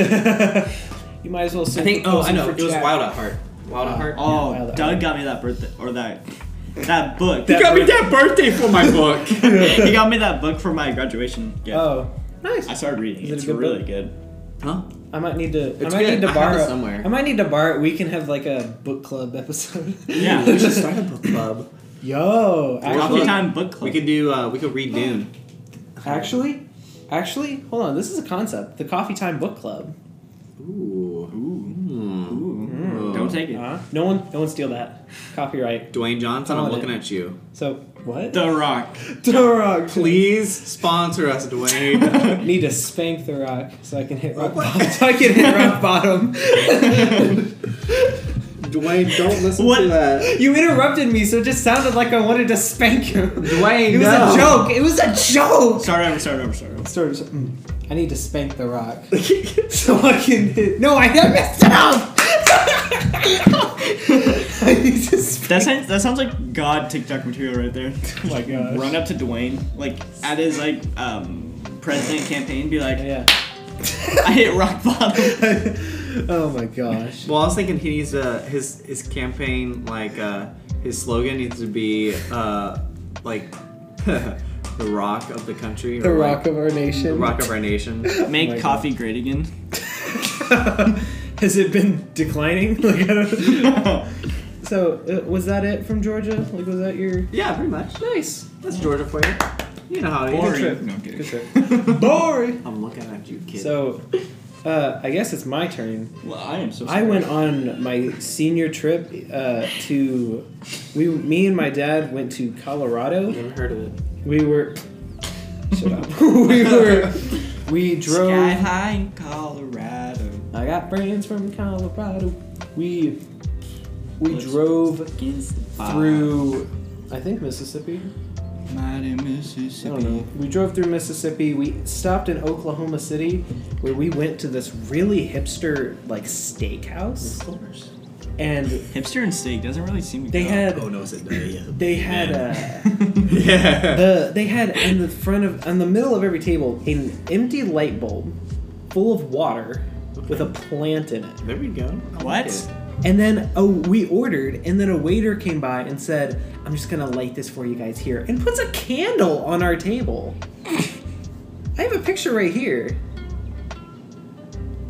Speaker 2: you might as well
Speaker 1: I
Speaker 2: send
Speaker 1: think. Oh, I
Speaker 2: proposal
Speaker 1: know.
Speaker 2: for
Speaker 1: It was
Speaker 2: Jack.
Speaker 1: Wild at Heart. Wild at Heart.
Speaker 3: Oh,
Speaker 2: Yeah, well,
Speaker 3: Doug
Speaker 2: I-
Speaker 3: got me that birthday or that that book.
Speaker 2: That- got me
Speaker 1: that birthday for my book. <laughs>
Speaker 3: he got me that book for my graduation. gift.
Speaker 2: Oh, nice.
Speaker 3: I started reading.
Speaker 2: Is it
Speaker 3: it.
Speaker 2: a
Speaker 3: It's
Speaker 2: good
Speaker 3: really
Speaker 2: book?
Speaker 3: good.
Speaker 1: huh?
Speaker 2: I might need to.
Speaker 1: It's
Speaker 2: I might
Speaker 1: good.
Speaker 2: need to
Speaker 1: I have
Speaker 2: borrow
Speaker 1: it somewhere.
Speaker 2: I might need to borrow. We can have like a book club episode. <laughs>
Speaker 3: Yeah.
Speaker 1: We should start a book club.
Speaker 2: Yo,
Speaker 1: Coffee
Speaker 3: Coffee
Speaker 2: actually,
Speaker 1: club.
Speaker 3: time book club.
Speaker 1: We could do. Uh, we could read Dune.
Speaker 2: actually, actually, hold on. This is a concept. The coffee time book club.
Speaker 1: Ooh. Hmm.
Speaker 3: Ooh.
Speaker 1: Ooh.
Speaker 3: Ooh. Don't take it.
Speaker 2: Uh-huh. No one, no one steal that. Copyright.
Speaker 1: Dwayne Johnson, I'm
Speaker 2: Calling
Speaker 1: looking
Speaker 2: it.
Speaker 1: at you.
Speaker 2: So what?
Speaker 3: The Rock.
Speaker 2: <laughs> The Rock.
Speaker 1: Please sponsor us, <laughs> Dwayne.
Speaker 2: Need to spank the rock so I can hit rock
Speaker 1: What?
Speaker 2: bottom. <laughs> So I can hit rock bottom.
Speaker 1: <laughs> Dwayne, don't listen
Speaker 3: What?
Speaker 1: that.
Speaker 2: You interrupted me, so it just sounded like I wanted to spank him.
Speaker 1: Dwayne,
Speaker 2: It was
Speaker 1: no.
Speaker 2: a joke. It was a joke.
Speaker 3: Start over. Start over. Start over.
Speaker 2: Sort of- mm, I need to spank the rock. <laughs> so I can hit. No, I, I messed it up! <laughs> I need to spank.
Speaker 3: That sounds, that sounds like God TikTok material right there.
Speaker 2: Oh my gosh.
Speaker 3: Run up to Dwayne, like at his like um president campaign, be like,
Speaker 2: Yeah.
Speaker 3: I hit rock
Speaker 2: <laughs>
Speaker 3: bottom.
Speaker 2: oh my gosh.
Speaker 1: Well, I was thinking he needs to his his campaign like uh, his slogan needs to be uh, like <laughs> the rock of the country,
Speaker 2: The
Speaker 1: or, like,
Speaker 2: rock of our nation.
Speaker 1: the rock of our nation.
Speaker 3: Make
Speaker 2: Oh my God.
Speaker 3: coffee great again. <laughs>
Speaker 2: <laughs> Has it been declining? <laughs> Like, I don't- so, uh, was that it from Georgia? Like, was that your.
Speaker 1: yeah, pretty much. Nice. That's Georgia for you. You know how it is.
Speaker 3: Boring.
Speaker 2: trip.
Speaker 3: No, I'm kidding.
Speaker 2: Good trip. <laughs> Boring!
Speaker 1: I'm looking at you, kid.
Speaker 2: So, uh, I guess it's my turn.
Speaker 3: Well, I am so. Sorry.
Speaker 2: I went on my senior trip uh, to we me and my dad went to Colorado.
Speaker 1: never heard of it.
Speaker 2: We were shut up. <laughs> we were we drove.
Speaker 3: Sky high in Colorado.
Speaker 2: I got friends from Colorado. We we
Speaker 3: Let's-
Speaker 2: drove
Speaker 3: Against the fire.
Speaker 2: through I think Mississippi.
Speaker 3: mighty
Speaker 2: I
Speaker 3: Mississippi.
Speaker 2: don't know. We drove through Mississippi. We stopped in Oklahoma City, where we went to this really hipster like steakhouse, and
Speaker 3: Hipster and steak doesn't really seem. to
Speaker 2: they
Speaker 3: go.
Speaker 2: had
Speaker 1: Oh, no, it's a day.
Speaker 2: they had a.
Speaker 1: <laughs> yeah.
Speaker 2: the they had in the front of in the middle of every table an empty light bulb full of water with a plant in it
Speaker 1: There we go. I
Speaker 3: <laughs> What?
Speaker 1: like it.
Speaker 2: and then oh we ordered and then a waiter came by and said i'm just gonna light this for you guys here and puts a candle on our table <laughs> i have a picture right here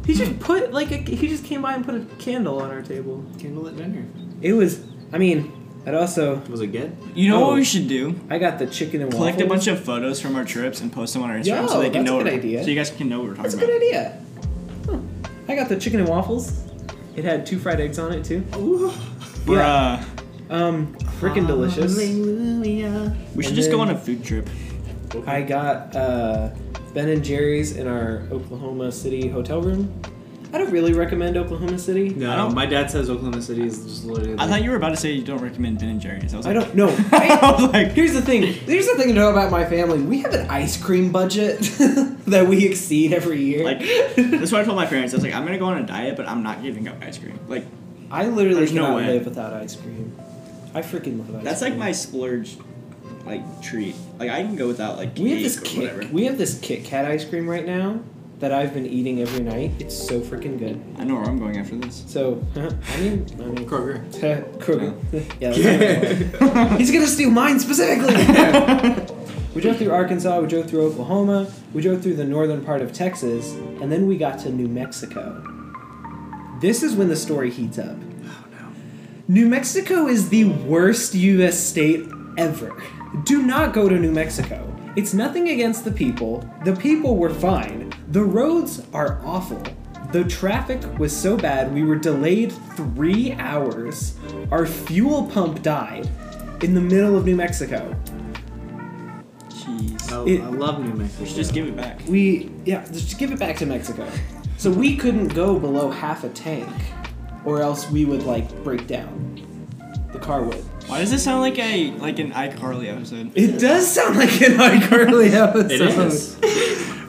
Speaker 2: he just put like a, he just came by and put a candle on our table
Speaker 1: Candlelit dinner.
Speaker 2: it was i mean i'd also
Speaker 1: Was it good?
Speaker 3: You know
Speaker 2: Oh.
Speaker 3: what we should do?
Speaker 2: i got the chicken and
Speaker 3: Collect a
Speaker 2: waffles.
Speaker 3: bunch of photos from our trips and post them on our Instagram
Speaker 2: Yo,
Speaker 3: so they can
Speaker 2: that's a
Speaker 3: know.
Speaker 2: good
Speaker 3: what-
Speaker 2: idea.
Speaker 3: So you guys can know what we're talking
Speaker 2: That's a
Speaker 3: about.
Speaker 2: good idea. Huh. I got the chicken and waffles. It had two fried eggs on it too.
Speaker 3: We're,
Speaker 2: Yeah.
Speaker 3: uh,
Speaker 2: Um,
Speaker 3: Ah,
Speaker 2: freaking delicious.
Speaker 1: Hallelujah.
Speaker 3: we should
Speaker 2: And
Speaker 3: just go
Speaker 2: then-
Speaker 3: on a food trip.
Speaker 2: I got uh, Ben and Jerry's in our Oklahoma City hotel room. I don't really recommend Oklahoma City.
Speaker 1: No,
Speaker 3: I don't-
Speaker 1: my dad says Oklahoma City is just literally.
Speaker 3: I
Speaker 1: like-
Speaker 3: thought you were about to say you don't recommend Ben and Jerry's. I was
Speaker 2: I don't
Speaker 3: like, <laughs>
Speaker 2: know.
Speaker 3: I was like,
Speaker 2: Here's the thing. Here's the thing to know about my family. We have an ice cream budget <laughs> that we exceed every year.
Speaker 3: like that's what I told my parents. I was like, I'm gonna go on a diet, but I'm not giving up ice cream. Like
Speaker 2: I literally
Speaker 3: there's no
Speaker 2: cannot
Speaker 3: way.
Speaker 2: live without ice cream. I freaking love ice
Speaker 3: that's
Speaker 2: cream.
Speaker 3: like my splurge, like treat. Like I can go without like
Speaker 2: We have
Speaker 3: cake
Speaker 2: this
Speaker 3: or whatever.
Speaker 2: Kit, we have this Kit Kat ice cream right now that I've been eating every night. It's so freaking good.
Speaker 3: I know where I'm going
Speaker 2: <laughs>
Speaker 3: after this.
Speaker 2: So I mean, I mean,
Speaker 1: Kroger.
Speaker 2: <laughs> Kroger. yeah, <laughs>
Speaker 1: <laughs>
Speaker 2: that's right. he's gonna steal mine <laughs> specifically. we drove through Arkansas. We drove through Oklahoma. We drove through the northern part of Texas, and then we got to New Mexico. This is when the story heats up.
Speaker 1: Oh,
Speaker 2: New Mexico is the worst U.S. state ever. Do not go to New Mexico. It's nothing against the people. The people were fine. The roads are awful. The traffic was so bad we were delayed three hours. Our fuel pump died in the middle of New Mexico.
Speaker 3: Jeez.
Speaker 1: Oh,
Speaker 2: It-
Speaker 1: I love New Mexico.
Speaker 3: Just give it back.
Speaker 2: We yeah, just give it back to Mexico. So we couldn't go below half a tank, or else we would like break down. The car would.
Speaker 3: Why does this sound like a like an iCarly episode?
Speaker 2: It does sound like an iCarly episode.
Speaker 1: It is.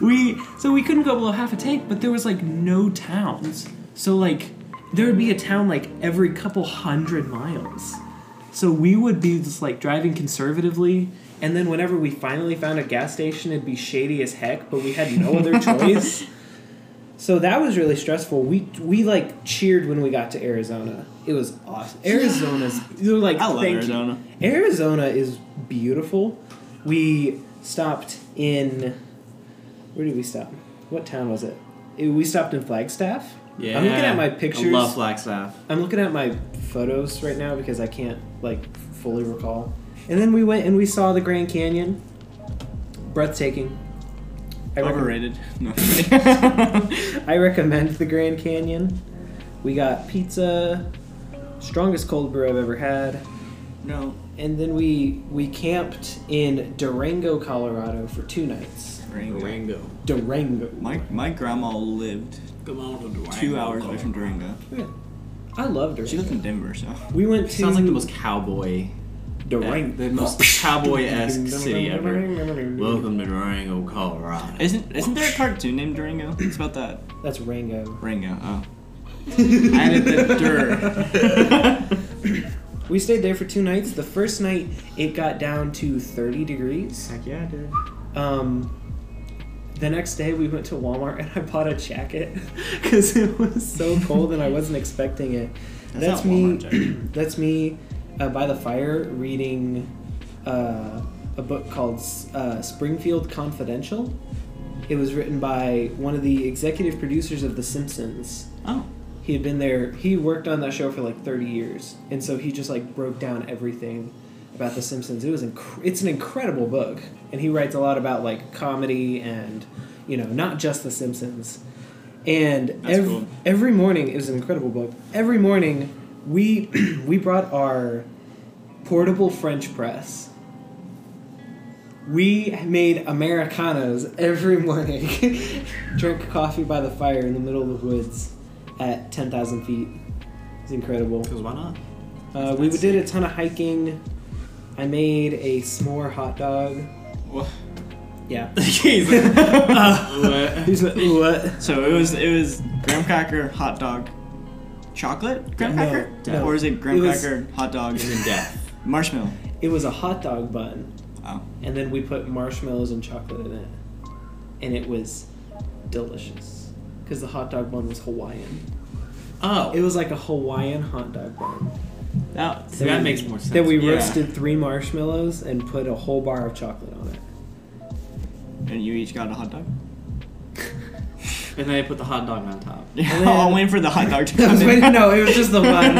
Speaker 5: We so we couldn't go below half a tank, but there was like no towns. So like there would be a town like every couple hundred miles. So we would be just like driving conservatively.
Speaker 2: And then whenever we finally found a gas station, it'd be shady as heck, but we had no
Speaker 3: <laughs>
Speaker 2: other choice. So that was really stressful. We we like cheered when we got to Arizona. It was awesome. Arizona's you're like
Speaker 3: I love
Speaker 2: "Thank you."
Speaker 3: Arizona.
Speaker 2: Arizona is beautiful. We stopped in where did we stop? What town was it? It- we stopped in Flagstaff.
Speaker 1: Yeah.
Speaker 2: I'm looking at my
Speaker 1: I
Speaker 2: pictures.
Speaker 1: love Flagstaff.
Speaker 2: I'm looking at my photos right now because I can't like fully recall. And then we went and we saw the Grand Canyon. Breathtaking. I recommend-
Speaker 3: Overrated. No.
Speaker 2: <laughs> I recommend the Grand Canyon. We got pizza, strongest cold brew I've ever had,
Speaker 3: no.
Speaker 2: and then we we camped in Durango, Colorado for two nights.
Speaker 3: Durango.
Speaker 2: Durango.
Speaker 3: My my grandma lived
Speaker 1: Come on to Durango.
Speaker 3: two hours away from Durango.
Speaker 2: Yeah. I love Durango.
Speaker 3: She lived in Denver, so.
Speaker 2: we went to
Speaker 1: Sounds like the most cowboy,
Speaker 2: Durango.
Speaker 1: the most <laughs>
Speaker 2: <laughs>
Speaker 1: cowboy-esque city ever. Welcome to Durango, Colorado.
Speaker 3: Isn't isn't there a cartoon named Durango? It's about that
Speaker 1: <laughs>
Speaker 2: That's Rango.
Speaker 3: Rango. Oh. Added the dirt.
Speaker 2: <laughs> We stayed there for two nights. The first night, it got down to 30 degrees.
Speaker 3: Heck yeah, dude.
Speaker 2: Um, the next day, we went to Walmart and I bought a jacket <laughs> because it was so cold and I wasn't expecting it.
Speaker 3: That's
Speaker 2: That's,
Speaker 3: not
Speaker 2: me. <clears throat>
Speaker 3: Walmart jacket.
Speaker 2: That's me uh, by the fire reading uh, a book called uh, Springfield Confidential. It was written by one of the executive producers of The Simpsons
Speaker 3: Oh.
Speaker 2: he had been there he worked on that show for like 30 years and so he just like broke down everything about the simpsons it was inc- it's an incredible book and he writes a lot about like comedy and you know not just the simpsons and
Speaker 3: That's
Speaker 2: ev-
Speaker 3: cool.
Speaker 2: every morning it was an incredible book every morning we <clears throat> we brought our portable french press we made Americanos every morning. <laughs> Drank coffee by the fire in the middle of the woods at 10,000 feet. It's incredible.
Speaker 1: Because why <laughs> not?
Speaker 2: Uh, we did a ton of hiking. I made a s'more hot dog.
Speaker 3: Wha-
Speaker 2: <laughs>
Speaker 1: <laughs>
Speaker 2: Yeah.
Speaker 1: What?
Speaker 2: He's like, what?
Speaker 3: So it was it was graham cracker hot dog, chocolate graham
Speaker 2: No,
Speaker 3: cracker,
Speaker 2: no.
Speaker 3: or is it graham
Speaker 2: It was-
Speaker 3: cracker hot dog
Speaker 1: And then death.
Speaker 3: marshmallow?
Speaker 2: It was a hot dog bun,
Speaker 3: Oh,
Speaker 2: and then we put marshmallows and chocolate in it. And it was delicious. Because the hot dog bun was Hawaiian.
Speaker 1: Oh,
Speaker 2: It was like a Hawaiian hot dog bun.
Speaker 3: that
Speaker 1: See, that makes more sense.
Speaker 2: That we
Speaker 3: Yeah.
Speaker 2: roasted three marshmallows and put a whole bar of chocolate on it.
Speaker 1: <laughs>
Speaker 3: and you each got a hot dog.
Speaker 1: and then I put the hot dog on top.
Speaker 3: <laughs> Yeah, I'm waiting for the
Speaker 2: <laughs>
Speaker 3: hot dog to
Speaker 2: I
Speaker 3: come
Speaker 2: was
Speaker 3: in.
Speaker 2: waiting- no, it was just the
Speaker 3: <laughs>
Speaker 2: bun.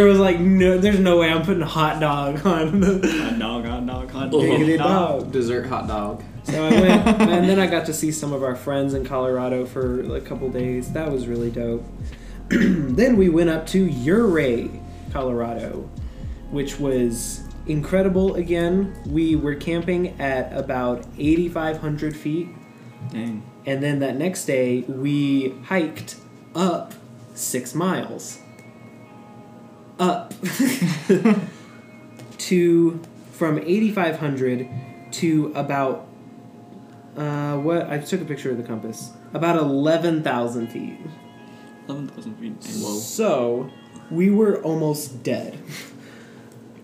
Speaker 1: <laughs>
Speaker 2: was like, no, there's no way I'm putting a hot dog on the.
Speaker 3: Hot dog, hot dog, hot
Speaker 1: Oh.
Speaker 3: dog.
Speaker 2: Giggity
Speaker 3: dog.
Speaker 1: <laughs>
Speaker 2: dog.
Speaker 1: Dessert hot dog.
Speaker 2: So I went, and then I got to see some of our friends in Colorado for a couple days. That was really dope. <clears throat> then we went up to Uray, Colorado, which was incredible again. We were camping at about 8,500 feet
Speaker 3: <laughs> Dang.
Speaker 2: And then that next day, we hiked up six miles. Up. <laughs> to from 8,500 to about, uh, what? I took a picture of the compass. About 11,000 feet.
Speaker 3: Eleven thousand feet. Dang.
Speaker 2: So we were
Speaker 1: <laughs>
Speaker 2: almost dead.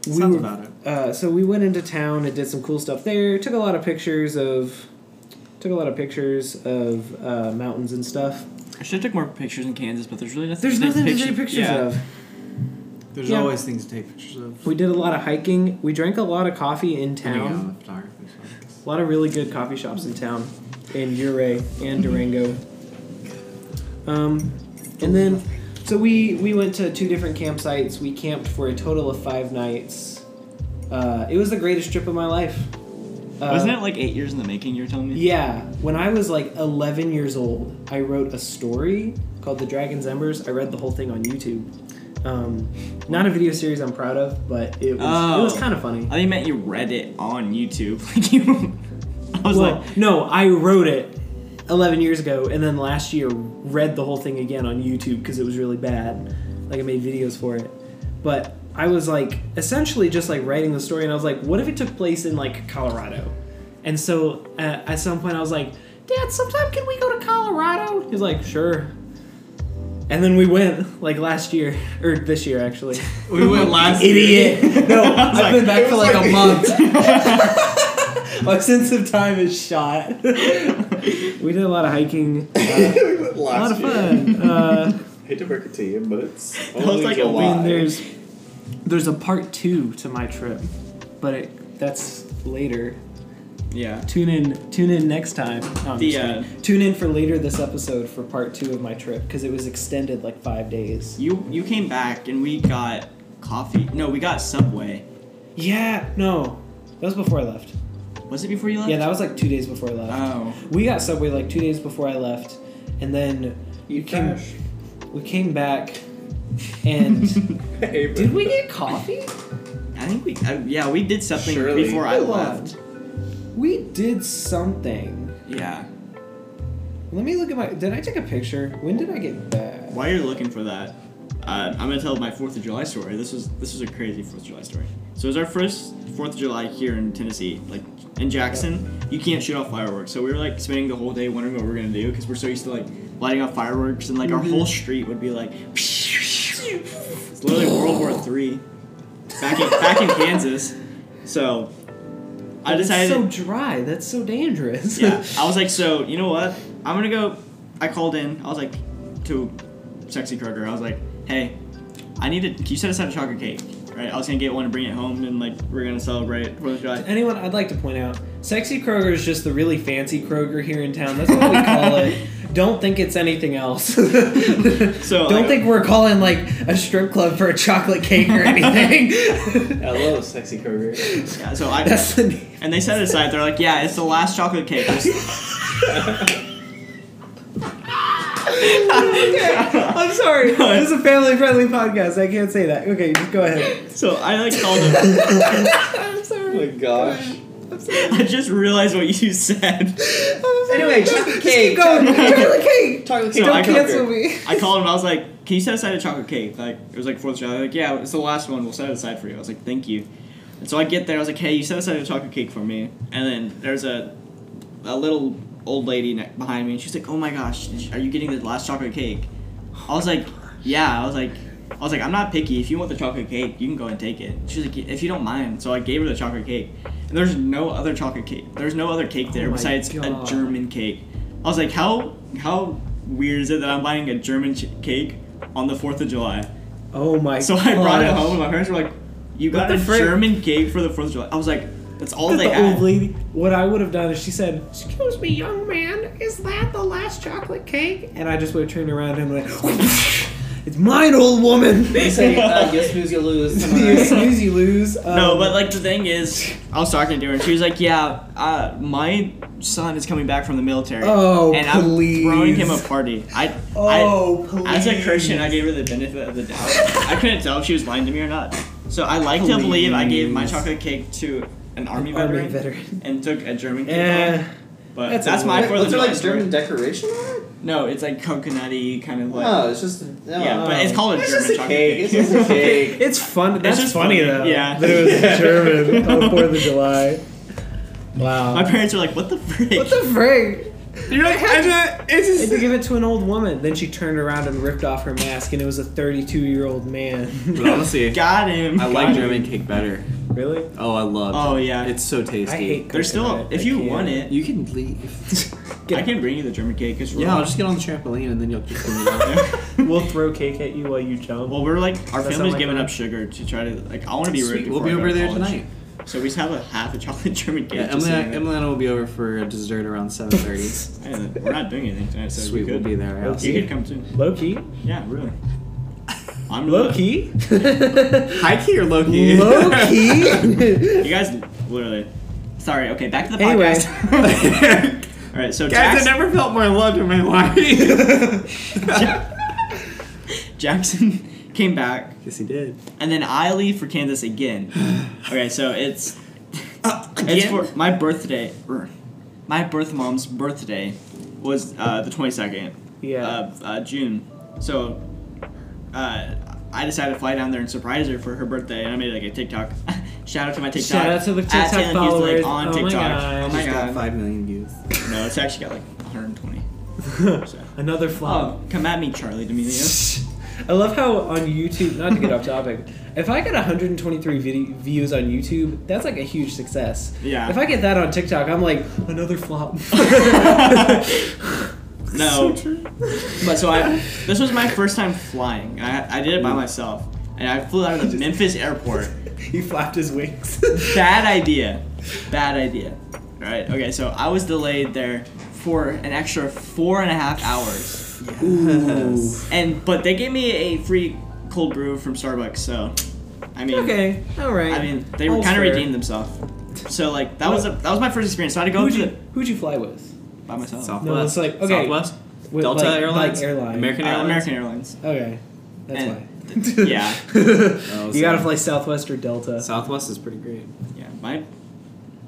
Speaker 2: We
Speaker 1: Sounds
Speaker 2: were-
Speaker 1: about it.
Speaker 2: Uh, so we went into town and did some cool stuff there. Took a lot of pictures of, took a lot of pictures of uh, mountains and stuff.
Speaker 3: I should have took more pictures in Kansas, but there's really nothing.
Speaker 2: There's
Speaker 3: to take
Speaker 2: nothing to
Speaker 3: picture-
Speaker 2: take pictures
Speaker 3: yeah.
Speaker 2: of.
Speaker 1: There's
Speaker 2: Yeah.
Speaker 1: always things to take pictures of.
Speaker 2: We did a lot of hiking. We drank a lot of coffee in town.
Speaker 1: Town. Photography.
Speaker 2: A lot of really good coffee shops in town, in Uray and Durango. Um, and then, so we we went to two different campsites. We camped for a total of five nights. Uh, it was the greatest trip of my life.
Speaker 3: Wasn't it like eight years in the making? You were telling me.
Speaker 2: Yeah, when I was like 11 years old, I wrote a story called The Dragon's Embers. I read the whole thing on YouTube. Um, not a video series I'm proud of, but it was, it was
Speaker 3: Oh.
Speaker 2: kind of funny.
Speaker 3: I think you meant you read it on YouTube. <laughs> Like you. I was
Speaker 2: Well,
Speaker 3: like,
Speaker 2: no, I wrote it 11 years ago, and then last year read the whole thing again on YouTube because it was really bad. Like I made videos for it, but I was like essentially just like writing the story, and I was like, what if it took place in like Colorado? And so uh, at some point I was like, Dad, sometime can we go to Colorado? He's like, sure. And then we went like last year <laughs> or this year actually.
Speaker 1: We went last
Speaker 2: <laughs> Idiot. <laughs> No, I've
Speaker 3: like-
Speaker 2: been back for like a
Speaker 6: <laughs>
Speaker 2: month. My sense of time is shot. we did a lot of hiking. Uh, a
Speaker 6: Last
Speaker 2: lot of fun. Uh,
Speaker 6: Hate to break it to you, but <laughs> it's
Speaker 3: was
Speaker 6: only
Speaker 3: like a
Speaker 6: July.
Speaker 5: I mean, there's there's a part two to my trip, but it,
Speaker 2: that's later.
Speaker 3: yeah.
Speaker 5: tune in tune in next time. No, I'm
Speaker 3: The
Speaker 5: just kidding.
Speaker 3: uh,
Speaker 2: Tune in for later this episode for part two of my trip because it was extended like five days.
Speaker 3: you you came back and we got coffee. No, we got Subway.
Speaker 2: Yeah, no, that was before I left.
Speaker 3: Was it before you left?
Speaker 2: Yeah, that was like two days before I left.
Speaker 3: Oh.
Speaker 2: We got Subway like two days before I left, and then you came.
Speaker 6: trash.
Speaker 2: We came back, and
Speaker 6: Hey, but-
Speaker 2: did we get coffee?
Speaker 3: I think we. Uh, yeah, we did something
Speaker 6: Surely.
Speaker 3: before I
Speaker 6: Come on.
Speaker 3: left.
Speaker 2: We did something.
Speaker 3: Yeah.
Speaker 2: Let me look at my. Did I take a picture? When did I get back?
Speaker 3: While you're looking for that, uh, I'm gonna tell my Fourth of July story. This was this was a crazy Fourth of July story. So it was our first Fourth of July here in Tennessee, like in Jackson. You can't shoot off fireworks, so we were like spending the whole day wondering what we are gonna do because we're so used to like lighting off fireworks and like our whole street would be like. It's literally World War Three, back in back <laughs> in Kansas. So I decided
Speaker 2: It's so dry. That's so dangerous.
Speaker 3: yeah. I was like, so you know what? I'm gonna go. I called in. I was like, to Sexy Kroger. I was like, hey, I need to. Can you set aside a chocolate cake? Right. I was gonna get one and bring it home, and like we're gonna celebrate Fourth of
Speaker 2: To <laughs>
Speaker 3: July.
Speaker 2: <laughs> anyone, I'd like to point out, Sexy Kroger is just the really fancy Kroger here in town. That's what we call <laughs> it. Don't think it's anything else. <laughs>
Speaker 3: So,
Speaker 2: don't
Speaker 3: like-
Speaker 2: think we're calling like a strip club for a chocolate cake or anything. <laughs>
Speaker 6: Hello, sexy Kroger.
Speaker 3: Yeah, so I.
Speaker 2: That's the <laughs> name.
Speaker 3: and they set it aside. They're like, yeah, it's the last chocolate cake.
Speaker 2: I'm <laughs> sorry. This is a family-friendly podcast. I can't say that. Okay, just go ahead.
Speaker 3: so I like called them.
Speaker 2: <laughs> I'm
Speaker 6: <laughs> Oh my
Speaker 2: sorry.
Speaker 6: gosh.
Speaker 3: I just realized what you said.
Speaker 2: <laughs>
Speaker 6: Anyway, chocolate cake.
Speaker 2: Go, chocolate cake.
Speaker 6: Chocolate
Speaker 3: So
Speaker 6: cake.
Speaker 3: I
Speaker 2: Don't
Speaker 3: got-
Speaker 2: cancel me.
Speaker 3: I called him. I was like, "Can you set aside a chocolate cake?" Like it was like Fourth of July. They're Like yeah, it's the last one. We'll set it aside for you. I was like, "Thank you." And so I get there. I was like, "Hey, you set aside a chocolate cake for me." And then there's a a little old lady ne- behind me, and she's like, "Oh my gosh, did you- are you getting the last chocolate cake?" I was like, "Yeah." I was like, "I was like, I'm not picky. If you want the chocolate cake, you can go and take it." She's like, "If you don't mind." So I gave her the chocolate cake, and there's no other chocolate cake. There's no other cake there
Speaker 2: Oh my
Speaker 3: besides
Speaker 2: God.
Speaker 3: a German cake. I was like, "How how weird is it that I'm buying a German ch- cake on the Fourth of July?"
Speaker 2: Oh my.
Speaker 3: So I brought it
Speaker 2: gosh.
Speaker 3: home, and my parents were like, "You
Speaker 2: What
Speaker 3: got
Speaker 2: the
Speaker 3: a
Speaker 2: frick?
Speaker 3: German cake for the Fourth of July?" I was like, "That's all they
Speaker 2: the
Speaker 3: had."
Speaker 2: old lady. What I would have done is she said, "Excuse me, young man, is that the last chocolate cake?" And I just would have turned around and went, "It's mine, old woman."
Speaker 3: <laughs>
Speaker 1: They say, uh, you snooze, you
Speaker 2: <laughs>
Speaker 1: lose. Am I
Speaker 2: you
Speaker 1: right?
Speaker 2: snooze, you lose. Um,
Speaker 3: No, but like the thing is, I was talking to her and she was like, "Yeah, uh, my son is coming back from the military,
Speaker 2: Oh,
Speaker 3: and I'm throwing him a
Speaker 2: please.
Speaker 3: party." I,
Speaker 2: Oh,
Speaker 3: I, as a
Speaker 2: please.
Speaker 3: Christian, I gave her the benefit of the doubt. I couldn't tell if she was lying to me or not, so I like to believe I gave my
Speaker 2: Please.
Speaker 3: chocolate cake to an army veteran,
Speaker 2: Army veteran.
Speaker 3: and took a German cake.
Speaker 2: Eh,
Speaker 3: home. But
Speaker 2: that's
Speaker 3: that's,
Speaker 2: a
Speaker 3: my
Speaker 2: little-
Speaker 3: Fourth of
Speaker 6: Was there
Speaker 3: July story.
Speaker 6: like German decoration on it?
Speaker 3: No, it's like coconutty kind of like.
Speaker 2: Oh,
Speaker 6: No, it's just. No.
Speaker 3: yeah, but it's called a
Speaker 6: It's
Speaker 3: German
Speaker 6: just a
Speaker 3: chocolate
Speaker 6: cake. It's just a
Speaker 2: <laughs>
Speaker 6: cake.
Speaker 2: it's fun. That's
Speaker 3: just
Speaker 2: funny,
Speaker 3: funny,
Speaker 2: though.
Speaker 3: yeah.
Speaker 2: That it was
Speaker 6: Yeah.
Speaker 2: German on Fourth of
Speaker 3: <laughs>
Speaker 2: July. Wow.
Speaker 3: <laughs> my parents were like, "What the frick?"
Speaker 2: what the frig?
Speaker 3: You're like,
Speaker 2: I had to give it to an old woman. Then she turned around and ripped off her mask, and it was a 32-year-old man.
Speaker 3: <laughs>
Speaker 1: But honestly,
Speaker 3: got him.
Speaker 1: I
Speaker 3: Got
Speaker 1: like
Speaker 3: him.
Speaker 1: German cake better.
Speaker 2: really?
Speaker 1: Oh, I love.
Speaker 3: Oh yeah,
Speaker 1: It's so tasty.
Speaker 2: I hate.
Speaker 3: There's still,
Speaker 2: coconut.
Speaker 3: if
Speaker 2: I
Speaker 3: you
Speaker 2: can't.
Speaker 3: want
Speaker 1: <laughs>
Speaker 3: it,
Speaker 1: You can
Speaker 3: <laughs>
Speaker 1: leave.
Speaker 2: Get
Speaker 3: I can bring you the German cake. It's
Speaker 1: yeah, I'll
Speaker 3: raw. <laughs>
Speaker 1: just get on the trampoline and then you'll just come out.
Speaker 2: We'll throw cake at you while you jump.
Speaker 3: well, we're like our
Speaker 2: Does that sound
Speaker 3: family's
Speaker 2: like
Speaker 3: giving
Speaker 2: that?
Speaker 3: up sugar to try to like. I want to be
Speaker 1: Sweet,
Speaker 3: rude.
Speaker 1: We'll
Speaker 3: before
Speaker 1: be
Speaker 3: I go
Speaker 1: over
Speaker 3: to
Speaker 1: there
Speaker 3: college.
Speaker 1: tonight.
Speaker 3: So we just have a half a chocolate <laughs> German cake.
Speaker 1: Yeah,
Speaker 3: just
Speaker 1: Emily,
Speaker 3: sitting
Speaker 1: Emily and I will be over for a dessert around seven
Speaker 3: <laughs>
Speaker 1: thirty.
Speaker 3: there. And we're not doing anything tonight. So we
Speaker 1: Sweet, we'll
Speaker 3: could-
Speaker 1: be there. I'll
Speaker 3: You
Speaker 1: see
Speaker 3: could
Speaker 1: you.
Speaker 3: come too.
Speaker 2: low key.
Speaker 3: Yeah,
Speaker 1: <laughs>
Speaker 3: really. I'm
Speaker 2: Low
Speaker 3: <laughs>
Speaker 2: key.
Speaker 1: High key or low key? <laughs>
Speaker 2: low key.
Speaker 3: <laughs> You guys literally. Sorry. Okay, back to the
Speaker 2: Anyway.
Speaker 3: podcast. <laughs> All right.
Speaker 1: <laughs>
Speaker 3: So
Speaker 1: Guys, I
Speaker 3: Jackson,
Speaker 1: never felt more loved in my
Speaker 3: <laughs>
Speaker 1: life. <laughs>
Speaker 3: Ja- Jackson came back,
Speaker 1: yes, he did.
Speaker 3: and then I leave for
Speaker 2: <sighs>
Speaker 3: Kansas again. Okay, so it's
Speaker 2: Uh,
Speaker 3: it's for my birthday. er, My birth mom's birthday was uh, the twenty second
Speaker 2: Yeah.
Speaker 3: of uh, June. So uh, I decided to fly down there and surprise her for her birthday, and I made like a TikTok. <laughs> Shout out to my TikTok.
Speaker 2: Shout out to the
Speaker 3: At
Speaker 2: TikTok
Speaker 3: Taylor Hughes, like,
Speaker 2: followers.
Speaker 3: on
Speaker 2: Oh my
Speaker 3: TikTok.
Speaker 2: gosh.
Speaker 3: Oh my
Speaker 1: He's got
Speaker 3: god.
Speaker 1: five million views.
Speaker 3: No, it's actually got like 120.
Speaker 2: <laughs> Another flop.
Speaker 3: Oh, come at me, Charlie
Speaker 2: <laughs>
Speaker 3: D'Amelio.
Speaker 2: I love how on YouTube, not to get off topic, if I get 123 vid- views on YouTube, that's like a huge success.
Speaker 3: Yeah.
Speaker 2: If I <laughs> get that on TikTok, I'm like, another flop.
Speaker 3: <laughs>
Speaker 2: <laughs>
Speaker 3: No. but so I this was my first time flying. and I, I did it by myself. And I flew out of the Memphis airport. <laughs>
Speaker 2: he flapped his wings.
Speaker 3: Bad idea. Bad idea. Alright, okay, so I was delayed there for an extra four and a half hours.
Speaker 2: Ooh.
Speaker 3: <laughs> And but they gave me a free cold brew from Starbucks, so I mean
Speaker 2: Okay, alright.
Speaker 3: I mean they were
Speaker 2: All's
Speaker 3: kinda
Speaker 2: fair.
Speaker 3: redeemed themselves. So like that was a, that was my first experience. So I had to go
Speaker 2: Who'd
Speaker 3: to
Speaker 2: you,
Speaker 3: the,
Speaker 2: who'd you fly with?
Speaker 3: by myself.
Speaker 1: Southwest.
Speaker 2: No, it's like, okay.
Speaker 1: Southwest.
Speaker 2: With,
Speaker 1: Delta
Speaker 2: like,
Speaker 1: Airlines?
Speaker 2: like airline.
Speaker 1: American
Speaker 3: Uh,
Speaker 1: Airlines.
Speaker 3: American Airlines.
Speaker 2: Okay. That's
Speaker 3: And-
Speaker 2: why. <laughs>
Speaker 3: yeah.
Speaker 1: Oh,
Speaker 2: you gotta
Speaker 1: so-
Speaker 2: fly Southwest or Delta.
Speaker 1: Southwest is pretty great.
Speaker 3: Yeah, my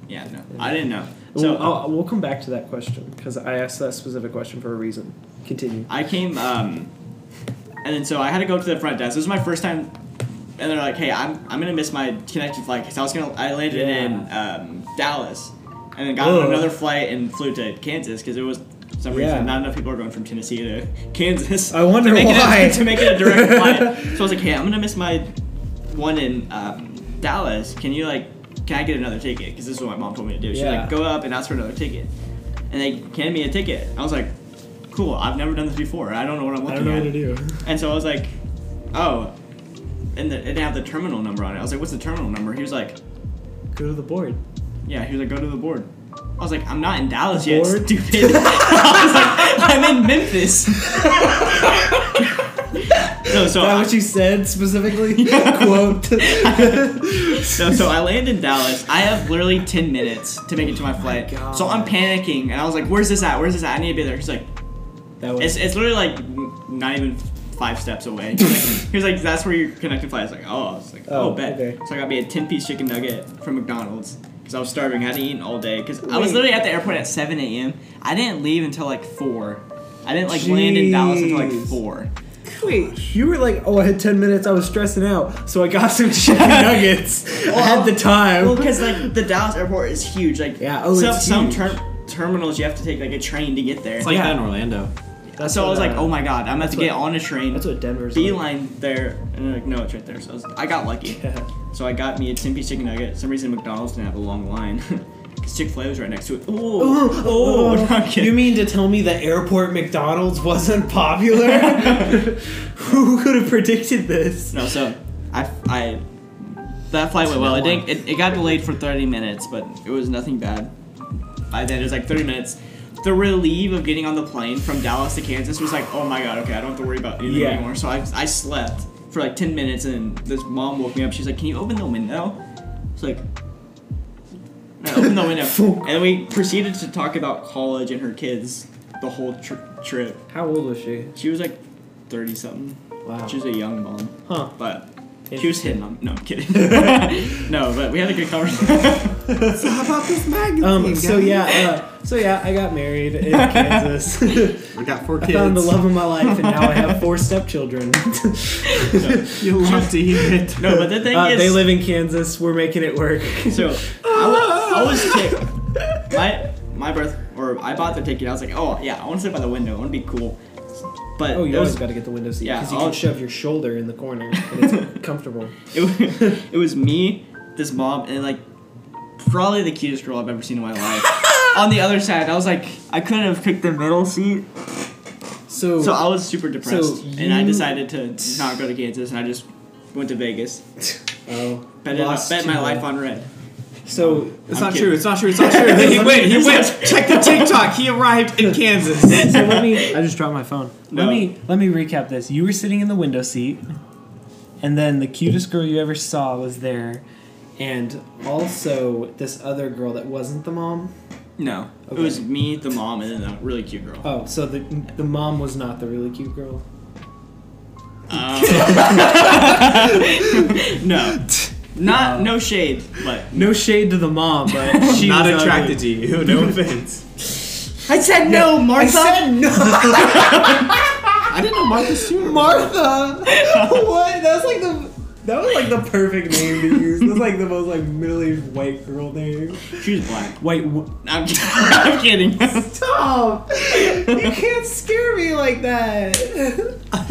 Speaker 3: Yeah, no. I didn't know.
Speaker 2: So
Speaker 3: So
Speaker 2: I'll, we'll come back to that question because I asked that specific question for a reason. Continue.
Speaker 3: I came, um, and then so I had to go to the front desk. This was my first time, and they're like, "Hey, I'm, I'm gonna miss my connecting flight because I was gonna I landed
Speaker 2: Yeah.
Speaker 3: in um, Dallas, and then got
Speaker 2: Ugh.
Speaker 3: on another flight and flew to Kansas because it was for some
Speaker 2: Yeah.
Speaker 3: reason not enough people are going from Tennessee to Kansas.
Speaker 2: I wonder
Speaker 3: to make
Speaker 2: why.
Speaker 3: it a, <laughs> to make it a direct
Speaker 2: <laughs>
Speaker 3: flight. So I was like, "Hey, I'm gonna miss my one in um, Dallas. Can you like?" Can I get another ticket? Because this is what my mom told me to do. She's
Speaker 2: Yeah.
Speaker 3: like, go up and ask for another ticket. And they handed me a ticket. I was like, cool, I've never done this before. I don't know what I'm looking at.
Speaker 2: do.
Speaker 3: And so I was like, oh. And the, it didn't have the terminal number on it. I was like, what's the terminal number? He was like,
Speaker 2: Go to the board.
Speaker 3: yeah. He was like, go to the board. I was like, I'm not in Dallas yet,
Speaker 2: Board?
Speaker 3: stupid. <laughs> I was like, I'm in Memphis. <laughs> no, so
Speaker 2: Is that
Speaker 3: I,
Speaker 2: what you said specifically?
Speaker 3: <laughs> Yeah.
Speaker 2: Quote.
Speaker 3: no, so I land in Dallas. I have literally 10 minutes to make it to my flight.
Speaker 2: God.
Speaker 3: so I'm panicking, and I was like, where's this at? Where's this at? I need to be there. He's like,
Speaker 2: that was
Speaker 3: It's, it's literally like n- not even five steps away. He was <laughs> like, he was like, that's where your connected flight is. Like, oh, I was like,
Speaker 2: Oh,
Speaker 3: oh, bet.
Speaker 2: okay.
Speaker 3: So I got me a 10 piece chicken nugget from McDonald's because I was starving. I hadn't eaten all day because I was
Speaker 2: Wait.
Speaker 3: literally at the airport at 7 a.m. I didn't leave until like 4. I didn't like land in Dallas until like
Speaker 2: Jeez.
Speaker 3: 4.
Speaker 2: Wait, you were like, oh, I had 10 minutes, I was stressing out, so I got some <laughs> chicken nuggets I had the time.
Speaker 3: <laughs> Well, because like the Dallas airport is huge. Like,
Speaker 2: Yeah, oh,
Speaker 3: some,
Speaker 2: it's
Speaker 3: some
Speaker 2: huge.
Speaker 3: ter- terminals you have to take like a train to get there.
Speaker 1: It's like
Speaker 2: Yeah.
Speaker 1: that in Orlando.
Speaker 2: That's
Speaker 3: so I was
Speaker 2: what,
Speaker 3: like,
Speaker 2: uh,
Speaker 3: oh my god, I'm about to
Speaker 2: what-
Speaker 3: get on a train.
Speaker 2: That's what Denver's like.
Speaker 3: Beeline there, and they're like, no, it's right there. So I, was, I got <laughs> lucky.
Speaker 2: Yeah.
Speaker 3: So I got me a 10 piece chicken nugget. For some reason, McDonald's didn't have a long line. <laughs> Chick fil A was right next to
Speaker 2: <laughs>
Speaker 3: it. Ooh,
Speaker 2: Oh, <laughs>
Speaker 3: oh, <laughs> not kidding.
Speaker 2: you mean to tell me the airport McDonald's wasn't <laughs> popular? Who could have predicted this?
Speaker 3: No, so I, I that flight went well. It, didn't, it, it got delayed for 30 minutes, but it was nothing bad. By then, it was like 30 minutes. The relief of getting on the plane from Dallas to Kansas was like, oh my god, okay, I don't have to worry about anything
Speaker 2: Yeah.
Speaker 3: anymore. So I, I slept for like 10 minutes, and this mom woke me up. She's like, can you open the window? It's like, I opened the window, and we proceeded to talk about college and her kids the whole tri- trip.
Speaker 2: How old was she?
Speaker 3: She was like 30 something.
Speaker 2: Wow.
Speaker 3: She was a young mom.
Speaker 2: Huh.
Speaker 3: But she was hitting on. No, I'm kidding.
Speaker 2: <laughs>
Speaker 3: no, but we had a good conversation. <laughs>
Speaker 1: So <laughs> how about this magazine?
Speaker 2: Um, so yeah, uh, so yeah, I got married <laughs> in Kansas.
Speaker 1: we got four
Speaker 2: I
Speaker 1: kids.
Speaker 2: found
Speaker 1: <laughs>
Speaker 2: the love of my life, and now I have <laughs> four stepchildren.
Speaker 1: You love to eat it.
Speaker 3: no, but the thing
Speaker 2: Uh,
Speaker 3: is,
Speaker 2: they live in Kansas. We're making it work.
Speaker 3: so
Speaker 2: <laughs>
Speaker 3: I, wa- I was ticked. My my birth, or I bought the ticket. I was like, oh yeah, I want to sit by the window. I want to be cool. But
Speaker 2: Oh, you
Speaker 3: it
Speaker 2: always
Speaker 3: was
Speaker 2: got to get the window seat
Speaker 3: Yeah,
Speaker 2: because you
Speaker 3: I'll-
Speaker 2: can shove your shoulder in the corner and <laughs> it's comfortable.
Speaker 3: it, wa- it was me, this mom, and like probably the cutest girl I've ever seen in my
Speaker 2: <laughs>
Speaker 3: life. On the other side, I was like, I couldn't have picked the middle seat.
Speaker 2: So,
Speaker 3: So I was super depressed, and I
Speaker 2: you-
Speaker 3: decided to not go to Kansas, and I just went to Vegas.
Speaker 2: oh,
Speaker 3: Bet, it,
Speaker 2: lost
Speaker 3: bet my
Speaker 2: to-
Speaker 3: life on red.
Speaker 2: So
Speaker 1: It's
Speaker 3: I'm
Speaker 1: not
Speaker 3: kidding.
Speaker 1: true. It's not true. It's <laughs> not true. he went. He went. Check the TikTok. He arrived <laughs> in Kansas.
Speaker 2: so let me. I just dropped my phone.
Speaker 3: No.
Speaker 2: Let me let me recap this. You were sitting in the window seat, and then the cutest girl you ever saw was there, and also this other girl that wasn't the mom.
Speaker 3: No,
Speaker 2: Okay.
Speaker 3: it was me, the mom, and then a really cute girl.
Speaker 2: Oh, so the the mom was not the really cute girl.
Speaker 3: Um,
Speaker 2: <laughs>
Speaker 3: no, not no shade, but
Speaker 2: No shade to the mom, but <laughs> she
Speaker 1: not
Speaker 2: was
Speaker 1: attracted to you. <laughs> No offense.
Speaker 3: I said no, Martha.
Speaker 2: I said <laughs> no,
Speaker 1: I didn't know Martha Stewart.
Speaker 2: Martha. what? That's like the that was like the perfect name to use. That's like the most like middle aged white girl name.
Speaker 3: she was black.
Speaker 2: White. Wh-
Speaker 3: I'm, <laughs> I'm kidding.
Speaker 2: Stop! you can't scare me like
Speaker 3: <laughs>
Speaker 2: that. oh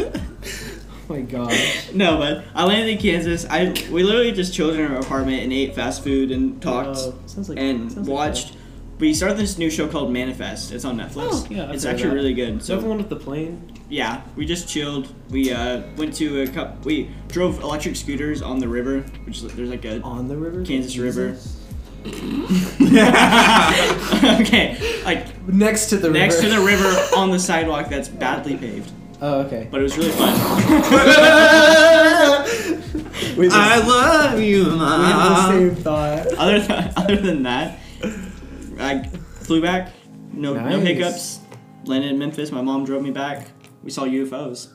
Speaker 2: my god.
Speaker 3: no, but I landed in Kansas. I we literally just chilled in our apartment and ate fast food and talked
Speaker 2: Uh, sounds like-
Speaker 3: and
Speaker 2: sounds like
Speaker 3: watched. we started this new show called Manifest. It's on Netflix.
Speaker 2: Oh, yeah, I've
Speaker 3: it's
Speaker 2: heard of
Speaker 3: actually
Speaker 2: that.
Speaker 3: really good.
Speaker 2: So
Speaker 3: So
Speaker 2: everyone with the plane.
Speaker 3: yeah, we just chilled. We uh, went to a cup. We drove electric scooters on the river, which is- there's like a
Speaker 2: on the river?
Speaker 3: Kansas
Speaker 2: Jesus.
Speaker 3: River.
Speaker 2: <laughs>
Speaker 3: okay, like
Speaker 2: Next to the
Speaker 3: next to
Speaker 2: river.
Speaker 3: the river on the sidewalk that's badly paved,
Speaker 2: Oh, okay.
Speaker 3: but it was really fun.
Speaker 2: <laughs> We just,
Speaker 1: I love you,
Speaker 2: we had the
Speaker 1: mom.
Speaker 2: same thought.
Speaker 3: Other than other than that, I flew back, no no
Speaker 2: Nice.
Speaker 3: hiccups. Landed in Memphis. My mom drove me back. We saw UFOs.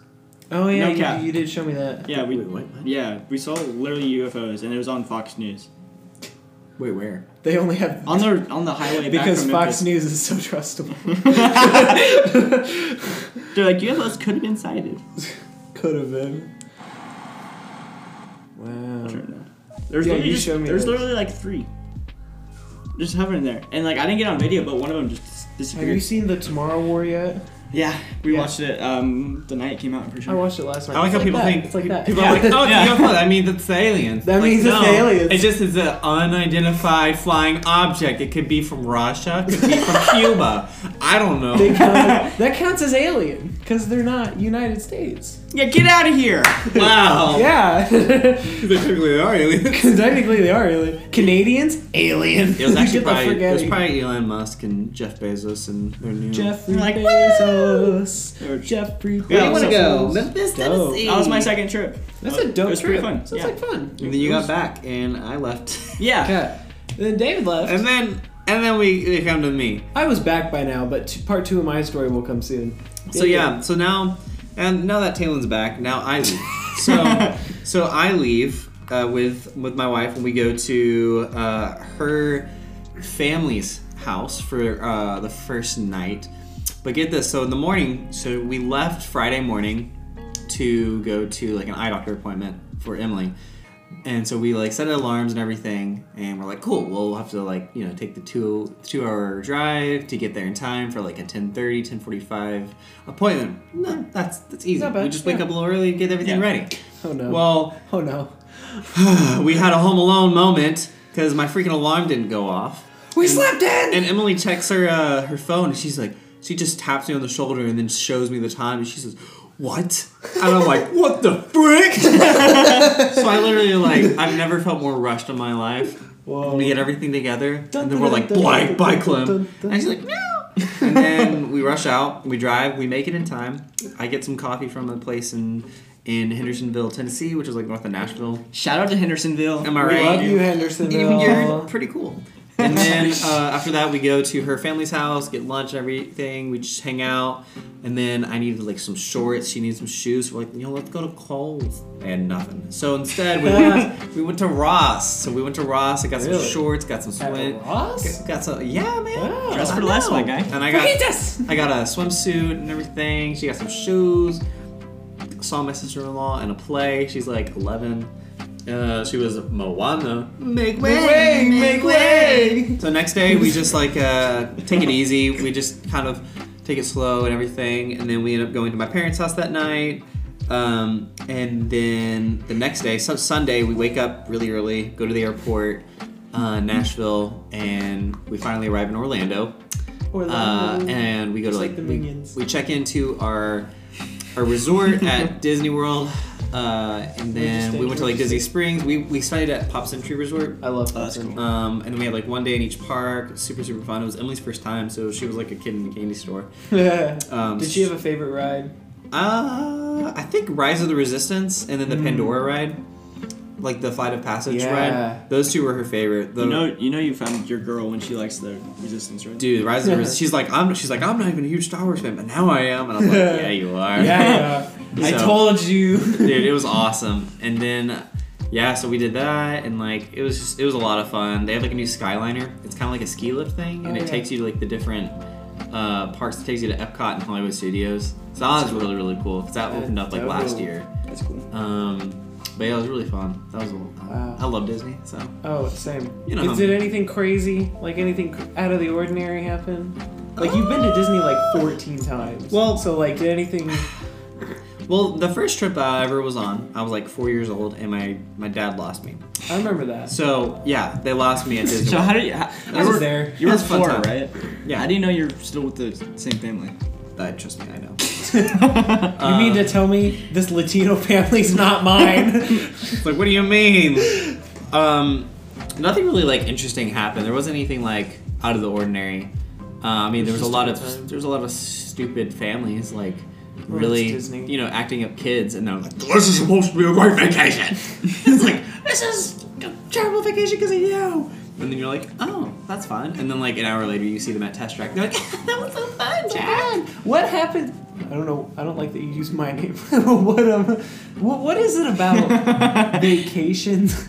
Speaker 2: Oh yeah,
Speaker 3: No
Speaker 2: you,
Speaker 3: cap.
Speaker 2: you did show me that.
Speaker 3: Yeah, we
Speaker 1: Wait, what?
Speaker 3: yeah we saw literally UFOs, and it was on Fox News
Speaker 1: Wait, where?
Speaker 2: They only have
Speaker 3: on the on the highway back
Speaker 2: because
Speaker 3: from
Speaker 2: Fox
Speaker 3: Memphis.
Speaker 2: News is so trustable.
Speaker 1: <laughs>
Speaker 3: They're like UFOs could have been sighted.
Speaker 2: Could have been. Wow.
Speaker 3: Sure, no. There's
Speaker 2: Mm. Yeah,
Speaker 3: literally
Speaker 2: you
Speaker 3: just-
Speaker 2: showed me
Speaker 3: There's
Speaker 2: those.
Speaker 3: literally like three. Just hovering there, and like I didn't get on video, but one of them just dis-
Speaker 2: Have
Speaker 3: disappeared.
Speaker 2: you seen the Tomorrow War yet?
Speaker 3: yeah, we
Speaker 2: Yeah.
Speaker 3: watched it um the night it came out. I'm pretty sure.
Speaker 2: I watched it last night.
Speaker 1: I like
Speaker 2: It's
Speaker 1: how people
Speaker 2: that.
Speaker 1: think
Speaker 2: it's like that.
Speaker 1: People are
Speaker 2: <laughs>
Speaker 1: like, oh, it's UFO. That means it's the aliens.
Speaker 2: That
Speaker 1: Like,
Speaker 2: means it's
Speaker 1: no,
Speaker 2: the aliens.
Speaker 1: It just is an unidentified flying object. It could be from Russia. It could be from
Speaker 2: <laughs>
Speaker 1: Cuba. I don't know.
Speaker 2: They count- that counts as alien because they're not United States.
Speaker 3: yeah, get out of here.
Speaker 1: Wow.
Speaker 2: Yeah,
Speaker 1: <laughs>
Speaker 2: <laughs>
Speaker 1: They technically are aliens.
Speaker 2: technically they are alien. Canadians, alien. <laughs>
Speaker 1: It was actually
Speaker 2: Get the
Speaker 1: probably, it was
Speaker 2: forgetting.
Speaker 1: probably Elon Musk and Jeff Bezos and their new.
Speaker 2: Jeffrey
Speaker 3: Like, woo!
Speaker 2: Bezos.
Speaker 3: They were-
Speaker 2: Jeffrey
Speaker 3: Yeah,
Speaker 6: I want
Speaker 3: so-
Speaker 6: to go. Memphis,
Speaker 2: Dope.
Speaker 6: Tennessee.
Speaker 3: That was my second trip.
Speaker 2: That's
Speaker 3: Uh,
Speaker 2: a dope
Speaker 3: It was
Speaker 2: trip.
Speaker 3: pretty fun.
Speaker 2: Sounds
Speaker 3: yeah.
Speaker 2: like fun.
Speaker 1: And then you got back, and I left.
Speaker 3: <laughs> yeah.
Speaker 2: Yeah. Then David left.
Speaker 1: and then and then we they come to me.
Speaker 2: I was back by now, but t- part two of my story will come soon.
Speaker 1: So yeah, so now and now that Talon's back, now I leave. so so I leave uh, with with my wife, and we go to uh, her family's house for uh, the first night. But get this, so in the morning, so we left Friday morning to go to like an eye doctor appointment for Emily. And so we like set alarms and everything, and we're like, cool. We'll have to like you know take the two two hour drive to get there in time for like a 10:30, 10:45 appointment. No, that's that's easy.
Speaker 2: Hmm. Not bad,
Speaker 1: We just wake
Speaker 2: yeah.
Speaker 1: up a little early, get everything
Speaker 2: <laughs>
Speaker 3: Yeah.
Speaker 1: ready.
Speaker 2: Oh no.
Speaker 1: Well,
Speaker 2: oh no.
Speaker 1: we had a Home Alone moment because my freaking alarm didn't go off.
Speaker 2: We slept in.
Speaker 1: And Emily checks her uh, her phone, and she's like, she just taps me on the shoulder and then shows me the time, and she says, "What?" And I'm like, "What the frick?" <laughs> so I literally like, I've never felt more rushed in my life.
Speaker 2: Whoa.
Speaker 1: We get everything together,
Speaker 2: Dun,
Speaker 1: and then
Speaker 2: dun,
Speaker 1: we're
Speaker 2: dun,
Speaker 1: like,
Speaker 2: dun,
Speaker 1: "Bye,
Speaker 2: dun,
Speaker 1: bye,
Speaker 2: dun, dun,
Speaker 1: Clem."
Speaker 2: dun.
Speaker 1: And she's like, "No." And then we rush out, we drive, we make it in time. I get some coffee from a place in in Hendersonville, Tennessee, which is like north of Nashville.
Speaker 3: Shout out to Hendersonville.
Speaker 1: Am I
Speaker 3: We
Speaker 1: right?
Speaker 2: Love
Speaker 3: love
Speaker 2: you,
Speaker 3: you.
Speaker 2: Henderson.
Speaker 1: Even you're <laughs> pretty cool. And then uh, after that, we go to her family's house, get lunch and everything. We just hang out. And then I needed like some shorts. She needed some shoes. We're like, you know, let's go to Kohl's. And nothing. So instead, we went, we went to Ross. So we went to Ross. I got some
Speaker 2: Really?
Speaker 1: shorts, got some swim.
Speaker 2: Ross?
Speaker 1: Got some, yeah, man.
Speaker 2: Wow.
Speaker 3: Dress for
Speaker 1: I
Speaker 3: less,
Speaker 1: know.
Speaker 3: my guy.
Speaker 1: And I got, I got a swimsuit and everything. She got some shoes. Saw my sister-in-law in a play. She's like 11. Uh, she was Moana. Make way,
Speaker 2: way, make way.
Speaker 1: So next day we just like uh, take it easy. We just kind of take it slow and everything, and then we end up going to my parents' house that night. Um, and then the next day, so Sunday, we wake up really early, go to the airport, uh, Nashville, and we finally arrive in Orlando. Uh, and we go to
Speaker 2: Just like
Speaker 1: like,
Speaker 2: the
Speaker 1: we,
Speaker 2: Minions.
Speaker 1: we check into our our
Speaker 2: <laughs>
Speaker 1: resort at Disney World, uh, and then
Speaker 2: Interesting,
Speaker 1: we went to like Disney Springs. We we stayed at Pop Century Resort,
Speaker 2: I love
Speaker 3: Oh, that's
Speaker 2: that.
Speaker 3: cool.
Speaker 1: um, and we had like one day in each park. Super super fun. It was Emily's first time, so she was like a kid in a candy store.
Speaker 2: <laughs>
Speaker 1: Um,
Speaker 2: Did she have a
Speaker 1: <laughs>
Speaker 2: favorite ride?
Speaker 1: Uh, I think Rise of the Resistance, and then the Pandora ride. like the flight of passage
Speaker 2: Mm. Yeah.
Speaker 1: ride. Those two were her favorite. The,
Speaker 3: You know, you know, you found your girl when she likes the Resistance, right?
Speaker 1: dude, Rise of the
Speaker 2: <laughs>
Speaker 1: Resistance. She's like, I'm. She's like, I'm not even a huge Star Wars fan, but now I am. And I'm like,
Speaker 2: <laughs>
Speaker 1: yeah, you are.
Speaker 2: Yeah, I
Speaker 1: So-
Speaker 2: told
Speaker 1: <laughs>
Speaker 2: you.
Speaker 1: dude it was awesome and then yeah so we did that and like it was just it was a lot of fun they have like a new skyliner it's kind of like a ski lift thing and
Speaker 2: Oh,
Speaker 1: it
Speaker 2: yeah.
Speaker 1: takes you to like the different uh, parks it takes you to epcot and hollywood studios so that was really really cool because that opened up like
Speaker 2: dope.
Speaker 1: last year
Speaker 3: That's cool.
Speaker 1: um, but yeah it was really fun that was a lot
Speaker 2: Wow.
Speaker 1: i love disney so
Speaker 2: Oh, same.
Speaker 1: You know how-
Speaker 2: Did, did anything crazy, like anything cr- out of the ordinary, happen? Like you've been to Disney like 14 times.
Speaker 1: Well-
Speaker 2: so like did anything?
Speaker 1: well the first trip i ever was on i was like four years old and my my dad lost me
Speaker 2: I remember that.
Speaker 1: so yeah they lost me at disney
Speaker 2: <laughs>
Speaker 3: So
Speaker 1: World.
Speaker 3: how did you? How,
Speaker 2: I
Speaker 3: you
Speaker 2: was
Speaker 3: were,
Speaker 2: there.
Speaker 3: You were
Speaker 1: That's a fun
Speaker 3: four,
Speaker 1: time.
Speaker 3: right?
Speaker 1: Yeah.
Speaker 3: How do you know you're still with the same
Speaker 2: <laughs>
Speaker 3: family?
Speaker 1: Uh, trust me i know
Speaker 2: You mean
Speaker 1: uh,
Speaker 2: to tell me this Latino family's not
Speaker 1: <laughs>
Speaker 2: mine?
Speaker 1: It's like, what do you mean? <laughs> Um, nothing really like interesting happened. There wasn't anything like out of the ordinary. Uh, I mean, there was a lot of
Speaker 2: Interesting time.
Speaker 1: there was a lot of stupid families like
Speaker 2: Well,
Speaker 1: really
Speaker 2: it's Disney.
Speaker 1: you know acting up kids, and they're like, this is supposed to be a great
Speaker 2: <laughs>
Speaker 1: vacation. it's like this is a terrible vacation because of you. And then you're like, oh, that's fun. And then like an hour later, you see them at test track. They're like, <laughs> that was so fun, Jack.
Speaker 2: Oh what happened? I don't know. I don't like that you used my <laughs> name. what um, what, what is it <laughs> about vacations?
Speaker 1: <laughs>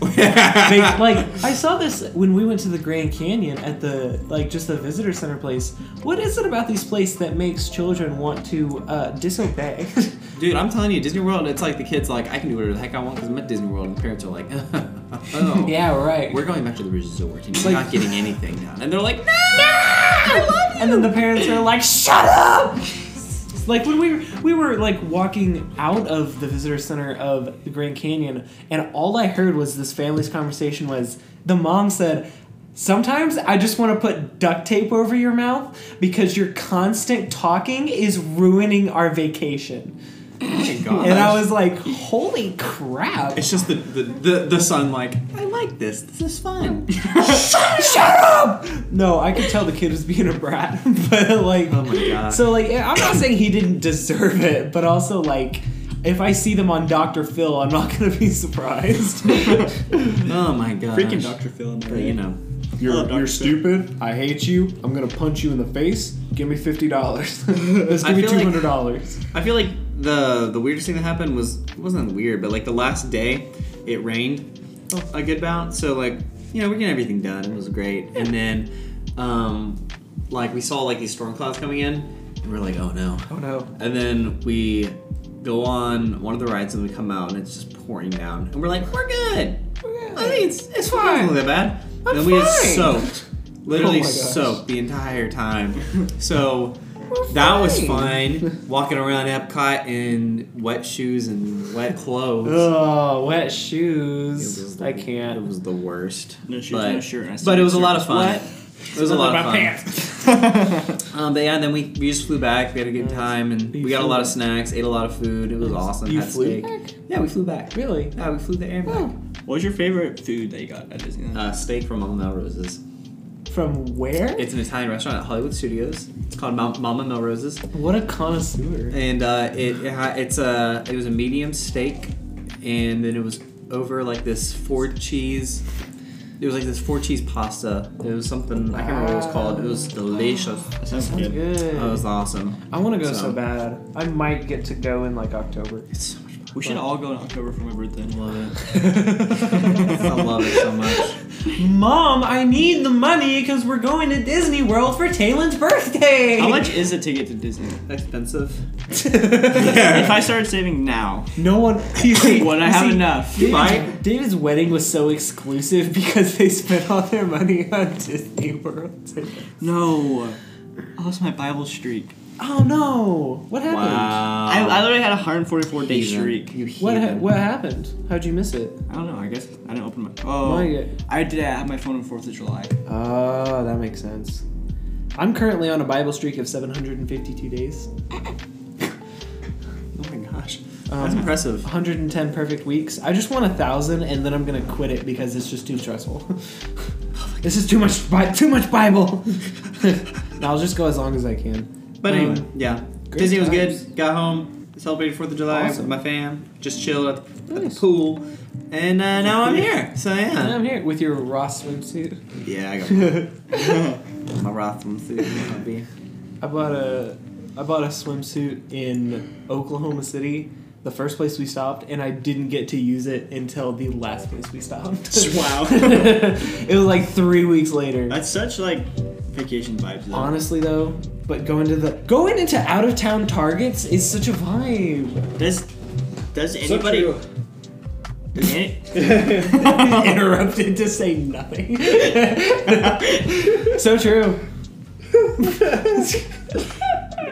Speaker 2: They, like I saw this when we went to the Grand Canyon at the like just the visitor center place. What is it about these place that makes children want to uh, disobey? <laughs>
Speaker 1: Dude, I'm telling you, Disney World. It's like the kids like, I can do whatever the heck I want because I'm at Disney World, and the parents are like, <laughs> oh.
Speaker 2: yeah, right.
Speaker 1: We're going back to the resort and you're
Speaker 2: Like-
Speaker 1: not getting anything done. And they're like, no! I love you!
Speaker 2: and then the parents are like, "Shut up!" Like when we were, we were like walking out of the visitor center of the Grand Canyon, and all I heard was this family's conversation was the mom said. Sometimes I just want to put duct tape over your mouth because your constant talking is ruining our vacation.
Speaker 1: Oh my God.
Speaker 2: And I was like, holy crap.
Speaker 1: It's just the, the, the, the son, like, I like this. This is fun.
Speaker 2: Shut up! No, I could tell the kid was being a brat, <laughs> but like,
Speaker 1: Oh my God.
Speaker 2: so like, I'm not saying he didn't deserve it, but also like, if I see them on Dr. Phil, I'm not gonna
Speaker 1: <laughs>
Speaker 2: be <laughs> surprised.
Speaker 1: <laughs> Oh my God.
Speaker 3: Freaking Dr. Phil.
Speaker 1: But, you know.
Speaker 3: You're- Hello, Dr. you're Phil.
Speaker 2: stupid. I hate you. I'm gonna punch you in the face. Give me fifty dollars. <laughs> Let's
Speaker 1: I give me feel like-
Speaker 2: dollars.
Speaker 1: I feel like the the weirdest thing that happened was it wasn't weird, but like the last day, it rained a good bout. So like you know we get everything done. It was great, and then um like we saw like these storm clouds coming in, and we're like oh no,
Speaker 2: Oh no.
Speaker 1: And then we go on one of the rides and we come out and it's just pouring down. And we're like, we're good. I think it's, it's fine. It's not that bad.
Speaker 2: I'm
Speaker 1: and then we get
Speaker 2: fine. <laughs>
Speaker 1: soaked. Literally
Speaker 2: Oh my gosh.
Speaker 1: soaked the entire
Speaker 2: <laughs>
Speaker 1: time. So that was fine. Walking around Epcot in wet shoes and wet clothes.
Speaker 2: Oh, wet
Speaker 1: It
Speaker 2: shoes.
Speaker 1: was the-
Speaker 2: I
Speaker 1: It
Speaker 2: can't.
Speaker 1: was the worst.
Speaker 3: No shoes,
Speaker 1: but,
Speaker 3: no shirt. and I
Speaker 1: But
Speaker 3: started
Speaker 1: it was a lot of fun.
Speaker 3: circling.
Speaker 1: It was a lot of fun.
Speaker 3: What?
Speaker 1: Um, but yeah, and then we, we just flew back. We had a good
Speaker 2: Nice.
Speaker 1: time, and
Speaker 2: You
Speaker 1: we got a
Speaker 2: flew
Speaker 1: lot of
Speaker 2: back.
Speaker 1: snacks, ate a lot of food. It was awesome.
Speaker 2: You
Speaker 1: had
Speaker 2: flew
Speaker 1: steak. Yeah, we flew back.
Speaker 2: Really? Oh.
Speaker 1: Yeah, we flew the air back.
Speaker 3: what was your favorite food that you got at Disneyland?
Speaker 1: Uh, steak from Mama Melrose's.
Speaker 2: From where?
Speaker 1: It's an Italian restaurant at Hollywood Studios. It's called Mom- Mama Melrose's,
Speaker 2: What a connoisseur.
Speaker 1: and uh, it it ha- it's a it was a medium steak, and then it was over like this four cheese. It was like this four cheese pasta. It was something I can't remember what it was called. It was delicious.
Speaker 3: that
Speaker 2: Uh, Sounds
Speaker 3: sounds, good.
Speaker 2: good.
Speaker 1: It was awesome.
Speaker 2: I want to go so.
Speaker 1: So-
Speaker 2: bad. I might get to go in like <laughs> October.
Speaker 1: It's so much fun.
Speaker 3: We should all go in October for my birthday.
Speaker 1: I love it. <laughs> I
Speaker 2: Mom,
Speaker 1: love it so much.
Speaker 2: I need the money because we're going to Disney World for Taylan's birthday.
Speaker 3: How much is a ticket to Disney?
Speaker 1: Expensive.
Speaker 3: If I started saving now,
Speaker 2: <laughs> no one. <laughs> You see,
Speaker 3: would I
Speaker 2: you
Speaker 3: have
Speaker 2: see,
Speaker 3: enough?
Speaker 2: David's,
Speaker 1: Right?
Speaker 2: David's wedding was so exclusive because they spent all their money on Disney World.
Speaker 3: No. I lost my Bible streak.
Speaker 2: Oh no! What happened?
Speaker 1: Wow.
Speaker 3: I, I literally had a 144 day
Speaker 1: Heathen.
Speaker 3: streak.
Speaker 1: You
Speaker 2: What ha-
Speaker 1: heathen.
Speaker 2: what happened? How'd you miss it?
Speaker 3: I don't know. I guess I didn't open my. Oh,
Speaker 2: Why you-
Speaker 3: I did. I had my phone on Fourth of July.
Speaker 2: Oh, that makes sense. I'm currently on a Bible streak of 752 days.
Speaker 1: Oh my gosh. That's
Speaker 2: Um,
Speaker 1: impressive.
Speaker 2: 110 perfect weeks. I just want a thousand, and then I'm gonna quit it because it's just too stressful. <laughs> this is too much, Bi- too much Bible. <laughs> And I'll just go as long as I can.
Speaker 1: But anyway,
Speaker 2: Um,
Speaker 1: yeah.
Speaker 2: great
Speaker 1: Disney was
Speaker 2: times.
Speaker 1: good. Got home. celebrated Fourth of July
Speaker 2: Awesome.
Speaker 1: with my fam. Just chilled at the, at
Speaker 2: Nice.
Speaker 1: the pool, and uh, now
Speaker 2: <laughs>
Speaker 1: I'm here. So yeah,
Speaker 2: I'm here with your raw swimsuit.
Speaker 1: yeah, I got
Speaker 2: <laughs>
Speaker 1: my Rotham suit. my beer.
Speaker 2: I bought a I bought a swimsuit in Oklahoma City, the first place we stopped, and I didn't get to use it until the last place we
Speaker 1: <laughs>
Speaker 2: stopped.
Speaker 3: Wow.
Speaker 2: <laughs> it was like three weeks later.
Speaker 3: That's such like vacation vibes. Though.
Speaker 2: Honestly though, but going to the going into out of town targets is such a vibe.
Speaker 3: Does does
Speaker 7: <laughs>
Speaker 3: anybody
Speaker 7: true.
Speaker 3: does any,
Speaker 2: <laughs> Interrupted to say nothing. <laughs> so
Speaker 3: <laughs>
Speaker 2: true.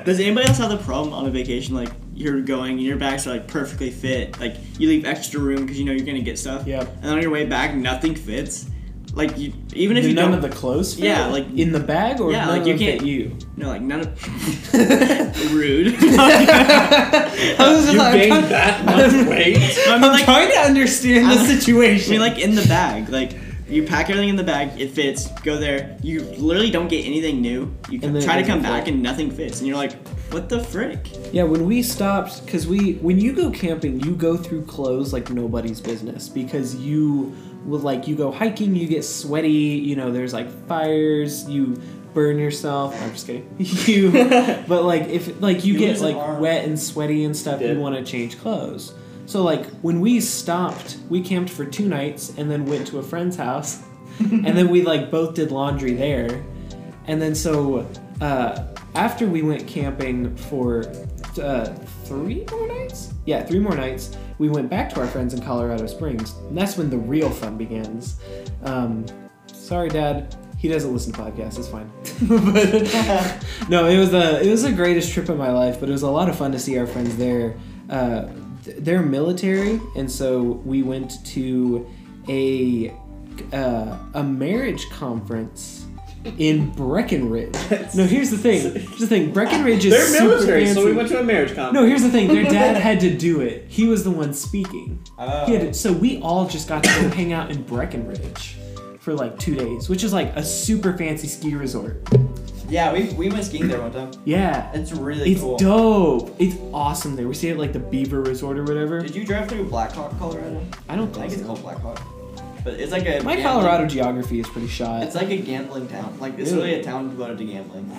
Speaker 3: does anybody else have the problem on a vacation like you're going and your bags are like perfectly fit like you leave extra room because you know you're gonna get stuff
Speaker 2: Yep.
Speaker 3: and on your way back nothing fits like you even if you
Speaker 2: none
Speaker 3: don't
Speaker 2: of the clothes fit?
Speaker 3: Yeah, like-
Speaker 2: in the bag or
Speaker 3: Yeah,
Speaker 2: none
Speaker 3: like,
Speaker 2: of
Speaker 3: you
Speaker 2: them fit
Speaker 3: can't- <laughs>
Speaker 2: you.
Speaker 3: no like none of
Speaker 2: <laughs>
Speaker 3: rude
Speaker 2: I was just
Speaker 7: You
Speaker 2: like, I'm
Speaker 7: gained
Speaker 2: trying-
Speaker 7: that much weight.
Speaker 3: <laughs> I
Speaker 2: I'm
Speaker 3: mean, like-
Speaker 2: trying to understand the
Speaker 3: I- I
Speaker 2: situation.
Speaker 3: mean, like in the bag, like you pack everything in the bag, it fits. Go there, you literally don't get anything new. You
Speaker 2: And then it
Speaker 3: try to
Speaker 2: doesn't
Speaker 3: come back
Speaker 2: fit.
Speaker 3: and nothing fits, and you're like, what the frick?
Speaker 2: Yeah, when we stopped, because we when you go camping, you go through clothes like nobody's business because you will like you go hiking, you get sweaty, you know, there's like fires, you burn yourself. I'm just kidding. <laughs> You, but like if like you,
Speaker 3: You
Speaker 2: get
Speaker 3: lose an
Speaker 2: like
Speaker 3: arm.
Speaker 2: wet and sweaty and stuff,
Speaker 7: Yeah.
Speaker 2: you want to change clothes. So like when we stopped, we camped for two nights and then went to a friend's house, and then we like both did laundry there. And then so uh, after we went camping for uh, three more nights, yeah, three more nights, we went back to our friends in Colorado Springs. And that's when the real fun begins. Um, sorry, Dad. He doesn't listen to podcasts. It's fine. <laughs> but, <laughs> no, it was the it was the greatest trip of my life. But it was a lot of fun to see our friends there. Uh, th- they're military, and so we went to a uh, a marriage conference in
Speaker 7: <laughs>
Speaker 2: Breckenridge. No, here's the thing. Here's the thing. Breckenridge is
Speaker 7: They're
Speaker 2: super
Speaker 7: military,
Speaker 2: fancy.
Speaker 7: so we went to a marriage
Speaker 2: no,
Speaker 7: conference.
Speaker 2: here's the thing. Their
Speaker 7: <laughs>
Speaker 2: dad had to do it. He was the one speaking.
Speaker 8: Uh,
Speaker 7: Oh.
Speaker 2: He had to- so we all just got to go hang out in Breckenridge for like two days, which is like a super fancy ski resort.
Speaker 8: Yeah, we, we went skiing there one time.
Speaker 2: Yeah,
Speaker 8: It's really
Speaker 2: it's
Speaker 8: cool.
Speaker 2: dope. It's awesome there. We stayed at like the Beaver Resort or whatever.
Speaker 8: Did you drive through Blackhawk, Colorado?
Speaker 2: I don't
Speaker 8: I think
Speaker 2: think
Speaker 8: it's
Speaker 2: so.
Speaker 8: called Blackhawk. But it's like a.
Speaker 2: My
Speaker 8: gambling-
Speaker 2: Colorado geography is pretty shot.
Speaker 8: It's like a gambling town. Like, it's
Speaker 2: Really?
Speaker 8: really a town devoted to gambling.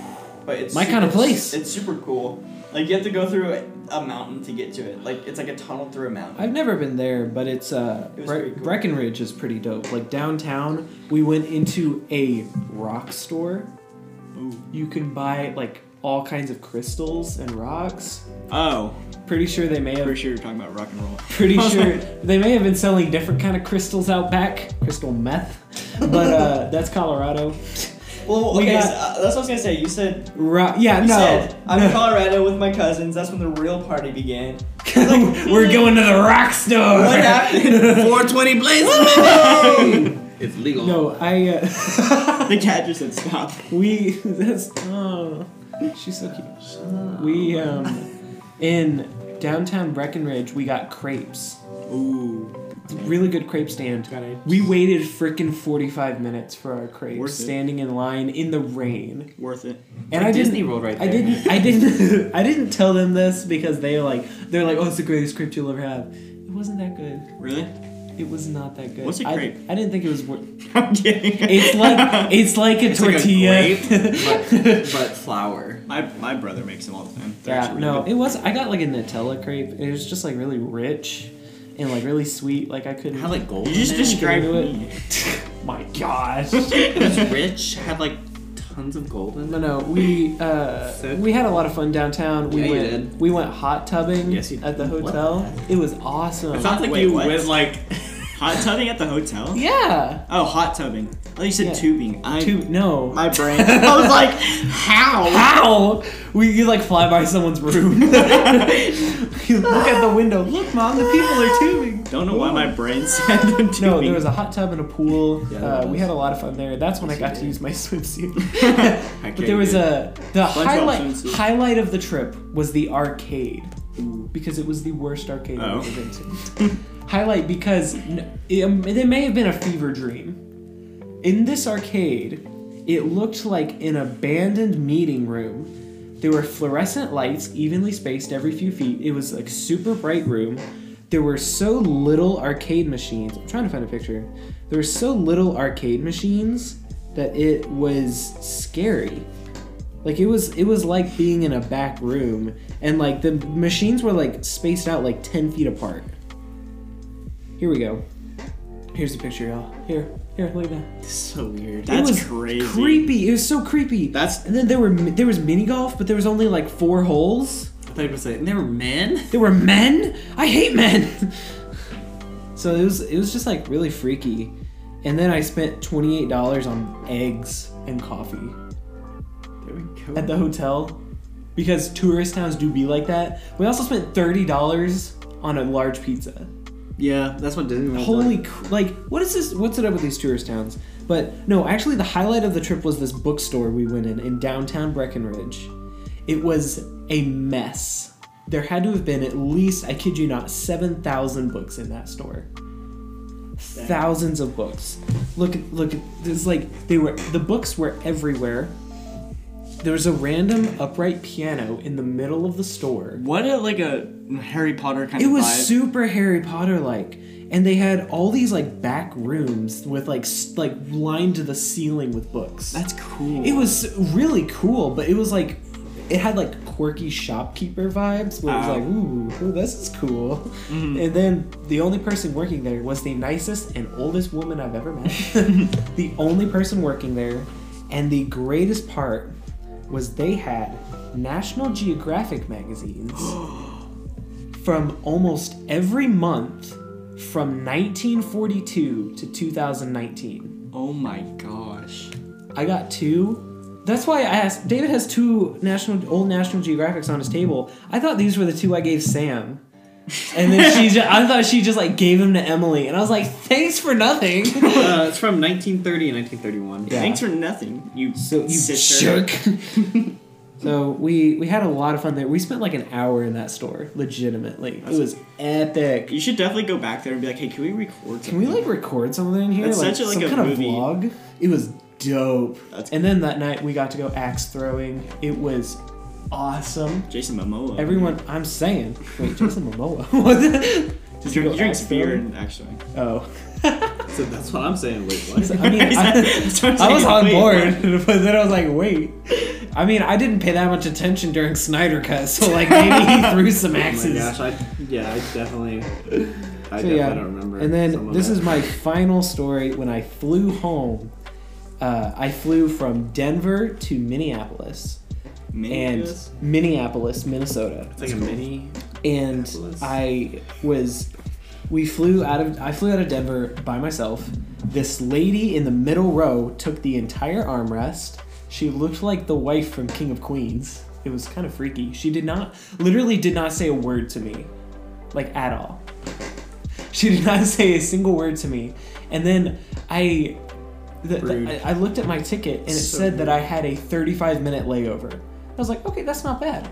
Speaker 8: But it's.
Speaker 2: My kind of
Speaker 8: it's-
Speaker 2: place.
Speaker 8: It's super cool. Like, you have to go through a, a mountain to get to it. Like, it's like a tunnel through a mountain.
Speaker 2: I've never been there, but it's uh,
Speaker 8: It was
Speaker 2: Bre-
Speaker 8: pretty cool.
Speaker 2: Breckenridge is pretty dope. Like downtown, we went into a rock store. You can buy like all kinds of crystals and rocks.
Speaker 3: Oh,
Speaker 2: Pretty sure they may
Speaker 3: pretty
Speaker 2: have.
Speaker 3: sure you're talking about rock and <laughs> roll.
Speaker 8: <laughs>
Speaker 2: Pretty sure they may have been selling different kind of crystals out back. Crystal meth, but uh, that's Colorado.
Speaker 8: Well,
Speaker 2: We
Speaker 8: okay,
Speaker 2: got-
Speaker 8: so, uh, that's what I was gonna say. You said.
Speaker 2: Ro- yeah,
Speaker 8: You
Speaker 2: no.
Speaker 8: said, I'm
Speaker 3: <laughs>
Speaker 8: in
Speaker 2: <laughs> no.
Speaker 8: Colorado with my cousins. That's when the real party began.
Speaker 2: We're going to the rock store.
Speaker 8: What happened?
Speaker 1: 420 blazing, baby. it's legal.
Speaker 2: No, I. Uh, <laughs>
Speaker 3: <laughs> the cat just said stop.
Speaker 2: We <laughs> that's oh, she's so cute. We um, in downtown Breckenridge, we got crepes.
Speaker 3: Ooh,
Speaker 2: Really good crepe stand.
Speaker 3: Got it.
Speaker 2: We waited frickin' forty five minutes for our crepes,
Speaker 3: Worth it.
Speaker 2: standing in line in the rain.
Speaker 3: worth it.
Speaker 2: And I
Speaker 1: Disney
Speaker 2: didn't.
Speaker 1: World right
Speaker 2: I
Speaker 1: there.
Speaker 2: didn't. I didn't. <laughs> I didn't tell them this because they were like they're like, oh, it's the greatest crepe you'll ever have. It wasn't that good.
Speaker 3: Really? <laughs>
Speaker 2: It was not that good.
Speaker 3: What's a
Speaker 2: I-
Speaker 3: crepe?
Speaker 2: I, didn't think it was worth.
Speaker 3: I'm kidding.
Speaker 2: It's like it's like a
Speaker 1: It's like a
Speaker 2: tortilla. <laughs>
Speaker 1: grape, but, but flour.
Speaker 3: <laughs> my my brother makes them all the time. They're
Speaker 2: Yeah,
Speaker 3: actually really
Speaker 2: no,
Speaker 3: good.
Speaker 2: it was. I got like a Nutella crepe. and It was just like really rich and like really sweet. Like I
Speaker 1: It
Speaker 2: couldn't.
Speaker 1: had like gold.
Speaker 3: You just
Speaker 1: in it.
Speaker 3: described
Speaker 2: do it.
Speaker 3: me.
Speaker 2: my gosh.
Speaker 1: It was rich. Had like tons of gold in
Speaker 2: no,
Speaker 1: it.
Speaker 2: no, we uh,
Speaker 1: Sick.
Speaker 2: we had a lot of fun downtown. We
Speaker 1: Yeah, you
Speaker 2: went
Speaker 1: did.
Speaker 2: we went hot tubbing
Speaker 3: Yes, you
Speaker 2: at the
Speaker 1: did. What
Speaker 2: hotel. It was awesome.
Speaker 3: It's not- Wait, what?
Speaker 1: like
Speaker 3: Hot tubbing at the hotel?
Speaker 2: yeah.
Speaker 3: Oh, hot tubbing. Oh, you said
Speaker 2: Yeah.
Speaker 3: tubing. I
Speaker 2: Two, no.
Speaker 3: my brain. <laughs> I
Speaker 2: <laughs>
Speaker 3: was like, how?
Speaker 2: How? We you like fly by someone's room. <laughs> you look at the window. Look, mom, the people are tubing.
Speaker 3: Don't know why my brain <laughs> said tubing.
Speaker 2: No,
Speaker 3: <laughs>
Speaker 2: there was a hot tub and a pool.
Speaker 1: Yeah,
Speaker 2: uh,
Speaker 1: there
Speaker 2: we
Speaker 1: was.
Speaker 2: had a lot of fun there. That's when I got to use my <laughs>
Speaker 3: <laughs>
Speaker 2: swimsuit.
Speaker 1: Heck
Speaker 2: but
Speaker 1: yeah,
Speaker 2: there
Speaker 1: you
Speaker 2: was
Speaker 1: did.
Speaker 2: a the
Speaker 3: of
Speaker 2: highlight
Speaker 3: swimsuits.
Speaker 2: highlight of the trip was the arcade because it was the worst arcade
Speaker 3: Oh.
Speaker 2: I've ever been to. <laughs> highlight because n- it, um, it may have been a fever dream. In this arcade, it looked like an abandoned meeting room. There were fluorescent lights evenly spaced every few feet. It was like super bright room. There were so little arcade machines. I'm trying to find a picture. There were so little arcade machines that it was scary. Like it was it was like being in a back room and like the machines were like spaced out like 10 feet apart. Here we go. Here's the picture, y'all. Here, here, look at
Speaker 1: <laughs>
Speaker 2: that.
Speaker 1: so weird.
Speaker 3: That's
Speaker 2: it was
Speaker 3: crazy.
Speaker 2: Creepy. It was so creepy.
Speaker 3: That's-
Speaker 2: and then there were there was mini golf, but there was only like four holes.
Speaker 1: I thought you were saying they were men.
Speaker 2: There were men. I hate men. <laughs> so it was it was just like really freaky. And then I spent twenty eight dollars on eggs and coffee
Speaker 1: There we go.
Speaker 2: at the hotel because tourist towns do be like that. We also spent thirty dollars on a large pizza.
Speaker 1: yeah, that's what Disney. World's
Speaker 2: Holy,
Speaker 1: like.
Speaker 2: cr- like, what is this? What's it up with these tourist towns? But no, actually, the highlight of the trip was this bookstore we went in in downtown Breckenridge. It was a mess. There had to have been at least, I kid you not, 7,000 books in that store. Thousands of books. Look, at- look, at- there's like, they were, the books were everywhere. There was a random upright piano in the middle of the store.
Speaker 3: What a like a Harry Potter kind
Speaker 2: It
Speaker 3: of
Speaker 2: was
Speaker 3: vibe.
Speaker 2: super Harry Potter like, and they had all these like back rooms with like s- like lined to the ceiling with books.
Speaker 3: That's cool.
Speaker 2: it was really cool, but it was like it had like quirky shopkeeper vibes. Where it was
Speaker 3: Oh.
Speaker 2: like, ooh, ooh, this is cool. And then the only person working there was the nicest and oldest woman I've ever met. <laughs> the only person working there, and the greatest part was they had National Geographic magazines from almost every month from 1942 to 2019.
Speaker 3: Oh my gosh.
Speaker 2: I got two. That's why I asked. David has two national old National Geographics on his table. I thought these were the two I gave Sam. And then she just, I thought she just like gave them to Emily. And I was like, thanks for nothing.
Speaker 1: Uh, it's from 1930 and 1931.
Speaker 2: Yeah.
Speaker 3: Thanks for nothing, you
Speaker 2: So you
Speaker 3: <laughs> sister.
Speaker 2: shook. so we we had a lot of fun there. We spent like an hour in that store, legitimately. It was epic.
Speaker 3: You should definitely go back there and be like, hey, can we record something?
Speaker 2: Can we like record something in here?
Speaker 3: That's
Speaker 2: like
Speaker 3: such a- like
Speaker 2: some
Speaker 3: a
Speaker 2: kind
Speaker 3: movie.
Speaker 2: of vlog. It was dope.
Speaker 3: That's-
Speaker 2: and then that night we got to go axe throwing. It was awesome.
Speaker 3: Jason Momoa.
Speaker 2: Everyone, I'm saying, wait, Jason Momoa. <laughs> What the- Did you
Speaker 3: Drink,
Speaker 2: go
Speaker 3: drinks
Speaker 2: axe
Speaker 3: beer
Speaker 2: throwing?
Speaker 3: and actually.
Speaker 2: Oh, <laughs>
Speaker 1: So that's what I'm saying. Wait, what?
Speaker 2: I mean, I,
Speaker 3: That's what I'm
Speaker 2: I was
Speaker 3: saying.
Speaker 2: on
Speaker 3: Wait,
Speaker 2: board, <laughs> but then I was like, wait. I mean, I didn't pay that much attention during Snyder Cut, so like
Speaker 1: <laughs>
Speaker 2: maybe he threw some
Speaker 1: Oh my
Speaker 2: axes.
Speaker 1: gosh, I yeah, I definitely. I
Speaker 2: So
Speaker 1: definitely
Speaker 2: yeah,
Speaker 1: don't remember.
Speaker 2: and then
Speaker 1: some of
Speaker 2: this
Speaker 1: that.
Speaker 2: is my final story. When I flew home, uh, I flew from Denver to Minneapolis
Speaker 3: Minneapolis?
Speaker 2: and Minneapolis, Minnesota,
Speaker 1: It's like a mini.
Speaker 2: and
Speaker 1: Minneapolis.
Speaker 2: I was. We flew out of. I flew out of Denver by myself. This lady in the middle row took the entire armrest. She looked like the wife from King of Queens. It was kind of freaky. She did not, literally, did not say a word to me, like at all. She did not <laughs> say a single word to me. And then I, the, the-
Speaker 1: Rude.
Speaker 2: I, I looked at my ticket and it
Speaker 1: So
Speaker 2: said that I had a 35 minute layover. I was like, okay, that's not bad.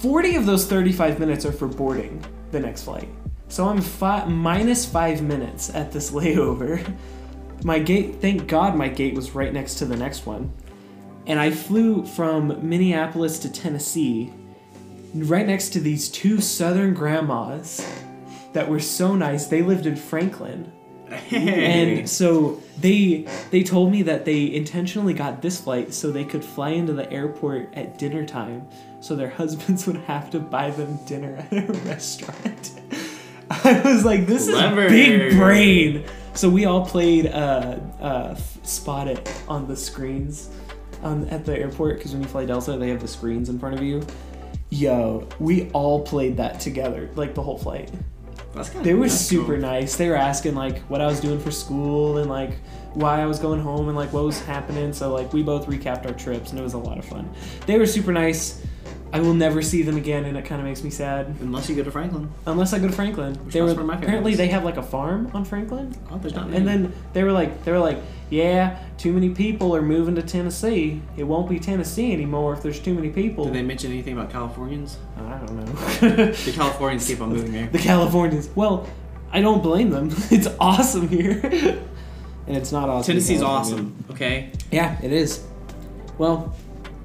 Speaker 2: 40 of those 35 minutes are for boarding the next flight. So I'm fi- minus five minutes at this <laughs> layover. My gate, thank God my gate was right next to the next one. And I flew from Minneapolis to Tennessee, right next to these two southern grandmas that were so nice. They lived in Franklin. And so they they told me that they intentionally got this flight so they could fly into the airport at dinner time so their <laughs> husbands would have to buy them dinner at a restaurant. <laughs> I was like, this
Speaker 1: Clever.
Speaker 2: is big brain. So we all played uh, uh, f- Spot It on the screens um, at the airport because when you fly Delta, they have the screens in front of you. Yo, we all played that together, like the whole flight.
Speaker 1: That's kinda
Speaker 2: They were
Speaker 1: cool.
Speaker 2: super nice. They were asking like what I was doing for school and like why I was going home and like what was happening. So like we both recapped our trips and it was a lot of fun. They were super nice. I will never see them again and it kind of makes me sad.
Speaker 1: Unless you go to Franklin.
Speaker 2: Unless I go to Franklin. they
Speaker 1: one's
Speaker 2: were
Speaker 1: one of my
Speaker 2: apparently
Speaker 1: favorites?
Speaker 2: they have like a farm on Franklin.
Speaker 1: Oh, there's not.
Speaker 2: And then they were like, they were like, yeah, too many people are moving to Tennessee. It won't be Tennessee anymore if there's too many people.
Speaker 1: Did they mention anything about Californians?
Speaker 2: I don't know. <laughs>
Speaker 1: The Californians keep on moving there.
Speaker 2: the Californians. Well, I don't blame them. <laughs> It's awesome here, and it's not awesome. in
Speaker 1: Tennessee's
Speaker 2: California.
Speaker 1: awesome. Okay.
Speaker 2: Yeah, it is. Well,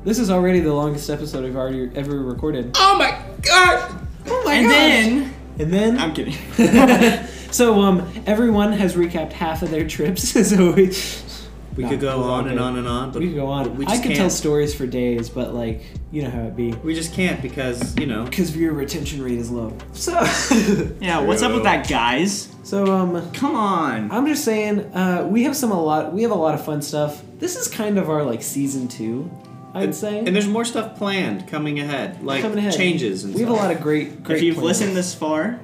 Speaker 2: This is already the longest episode I've already ever recorded.
Speaker 1: Oh my gosh!
Speaker 2: Oh my
Speaker 3: and then
Speaker 2: And then
Speaker 3: I'm kidding.
Speaker 2: <laughs> so um, everyone has recapped half of their trips. <laughs> So we,
Speaker 1: We
Speaker 2: Nah,
Speaker 1: could go
Speaker 2: we're all
Speaker 1: on and
Speaker 2: good.
Speaker 1: on and on, but
Speaker 2: we could go on.
Speaker 1: We
Speaker 2: I
Speaker 1: just
Speaker 2: could
Speaker 1: can't.
Speaker 2: tell stories for days, but like you know how it be.
Speaker 1: We just can't because you know.
Speaker 2: Because your retention rate is low. So <laughs>
Speaker 3: Yeah, what's up with that, guys?
Speaker 2: so um,
Speaker 3: Come on.
Speaker 2: I'm just saying uh, we have some a lot. We have a lot of fun stuff. This is kind of our like season two, I'd say.
Speaker 1: And there's more stuff planned coming ahead, like
Speaker 2: Coming ahead.
Speaker 1: changes and
Speaker 2: we have a
Speaker 1: stuff.
Speaker 2: lot of great. great
Speaker 3: if you've
Speaker 2: plans.
Speaker 3: listened this far,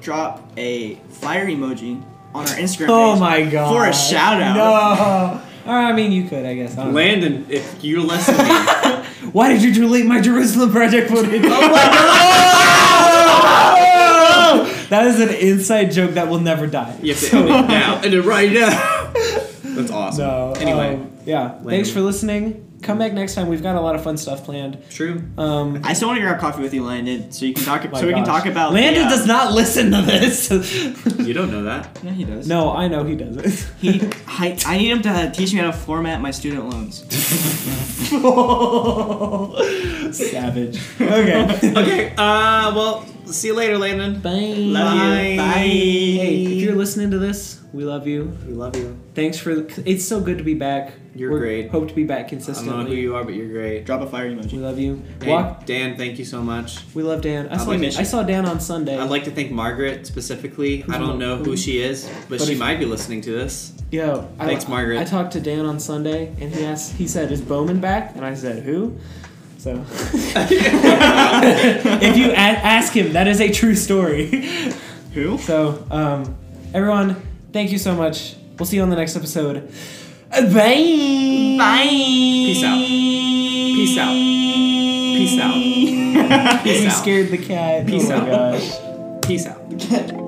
Speaker 3: drop a fire emoji on our Instagram.
Speaker 2: Oh
Speaker 3: page
Speaker 2: my god.
Speaker 3: For a shout out.
Speaker 2: No. Or I mean, you could, I guess. I don't know.
Speaker 1: Landon, if you're listening,
Speaker 2: Why did you delete my Jerusalem Project
Speaker 3: Oh
Speaker 2: footage? <laughs> that is an inside joke that will never die.
Speaker 1: you have to end
Speaker 3: oh,
Speaker 2: <laughs>
Speaker 1: it now. End it right now. That's awesome.
Speaker 2: So,
Speaker 1: Anyway.
Speaker 2: um, yeah.
Speaker 1: Landon.
Speaker 2: Thanks for listening. Come back next time. We've got a lot of fun stuff planned.
Speaker 1: True.
Speaker 2: Um, oh
Speaker 3: I still want to grab coffee with you, Landon, so you can talk.
Speaker 2: my
Speaker 3: so we can
Speaker 2: gosh.
Speaker 3: talk about.
Speaker 2: Landon
Speaker 3: the, uh,
Speaker 2: does not listen to
Speaker 3: <laughs>
Speaker 2: this.
Speaker 1: You don't know that.
Speaker 3: Yeah, he does.
Speaker 2: no, I know he doesn't.
Speaker 3: He, I, I need him to teach me how to format my student loans.
Speaker 2: <laughs>
Speaker 3: <laughs>
Speaker 2: Savage. <laughs> Okay.
Speaker 1: Okay. Uh. Well. See you later, Landon.
Speaker 2: Bye.
Speaker 1: Love you. Bye.
Speaker 2: Hey, if you're listening to this, we love you.
Speaker 1: we love you.
Speaker 2: Thanks for. It's so good to be back.
Speaker 1: You're
Speaker 2: We're-
Speaker 1: great.
Speaker 2: Hope to be back
Speaker 1: I don't know
Speaker 2: consistently.
Speaker 1: who you are, but you're great.
Speaker 3: Drop a fire
Speaker 2: We
Speaker 3: emoji.
Speaker 2: love you.
Speaker 1: Hey,
Speaker 2: Walk.
Speaker 1: Dan, thank you so much.
Speaker 2: We love Dan. I
Speaker 1: I'd
Speaker 2: saw,
Speaker 1: like to
Speaker 2: I saw Dan on Sunday.
Speaker 1: I'd like to thank Margaret specifically. I don't know who she is, but
Speaker 2: But
Speaker 1: she
Speaker 2: if-
Speaker 1: might be listening to this.
Speaker 2: Yo, I-
Speaker 1: Thanks, Margaret.
Speaker 2: I talked to Dan on Sunday, and he asked. He said, "Is Bowman back?" And I said, "Who?"
Speaker 1: <laughs>
Speaker 2: So, if you a- ask him, that is a true story. <laughs>
Speaker 3: Who?
Speaker 2: So, um, everyone, thank you so much. We'll see you on the next episode. Bye. Bye.
Speaker 1: Peace out. Peace out. Peace out. Peace
Speaker 2: We
Speaker 1: out.
Speaker 3: <laughs>
Speaker 2: scared the cat.
Speaker 1: Peace
Speaker 2: oh my
Speaker 1: out.
Speaker 2: gosh.
Speaker 1: Peace out.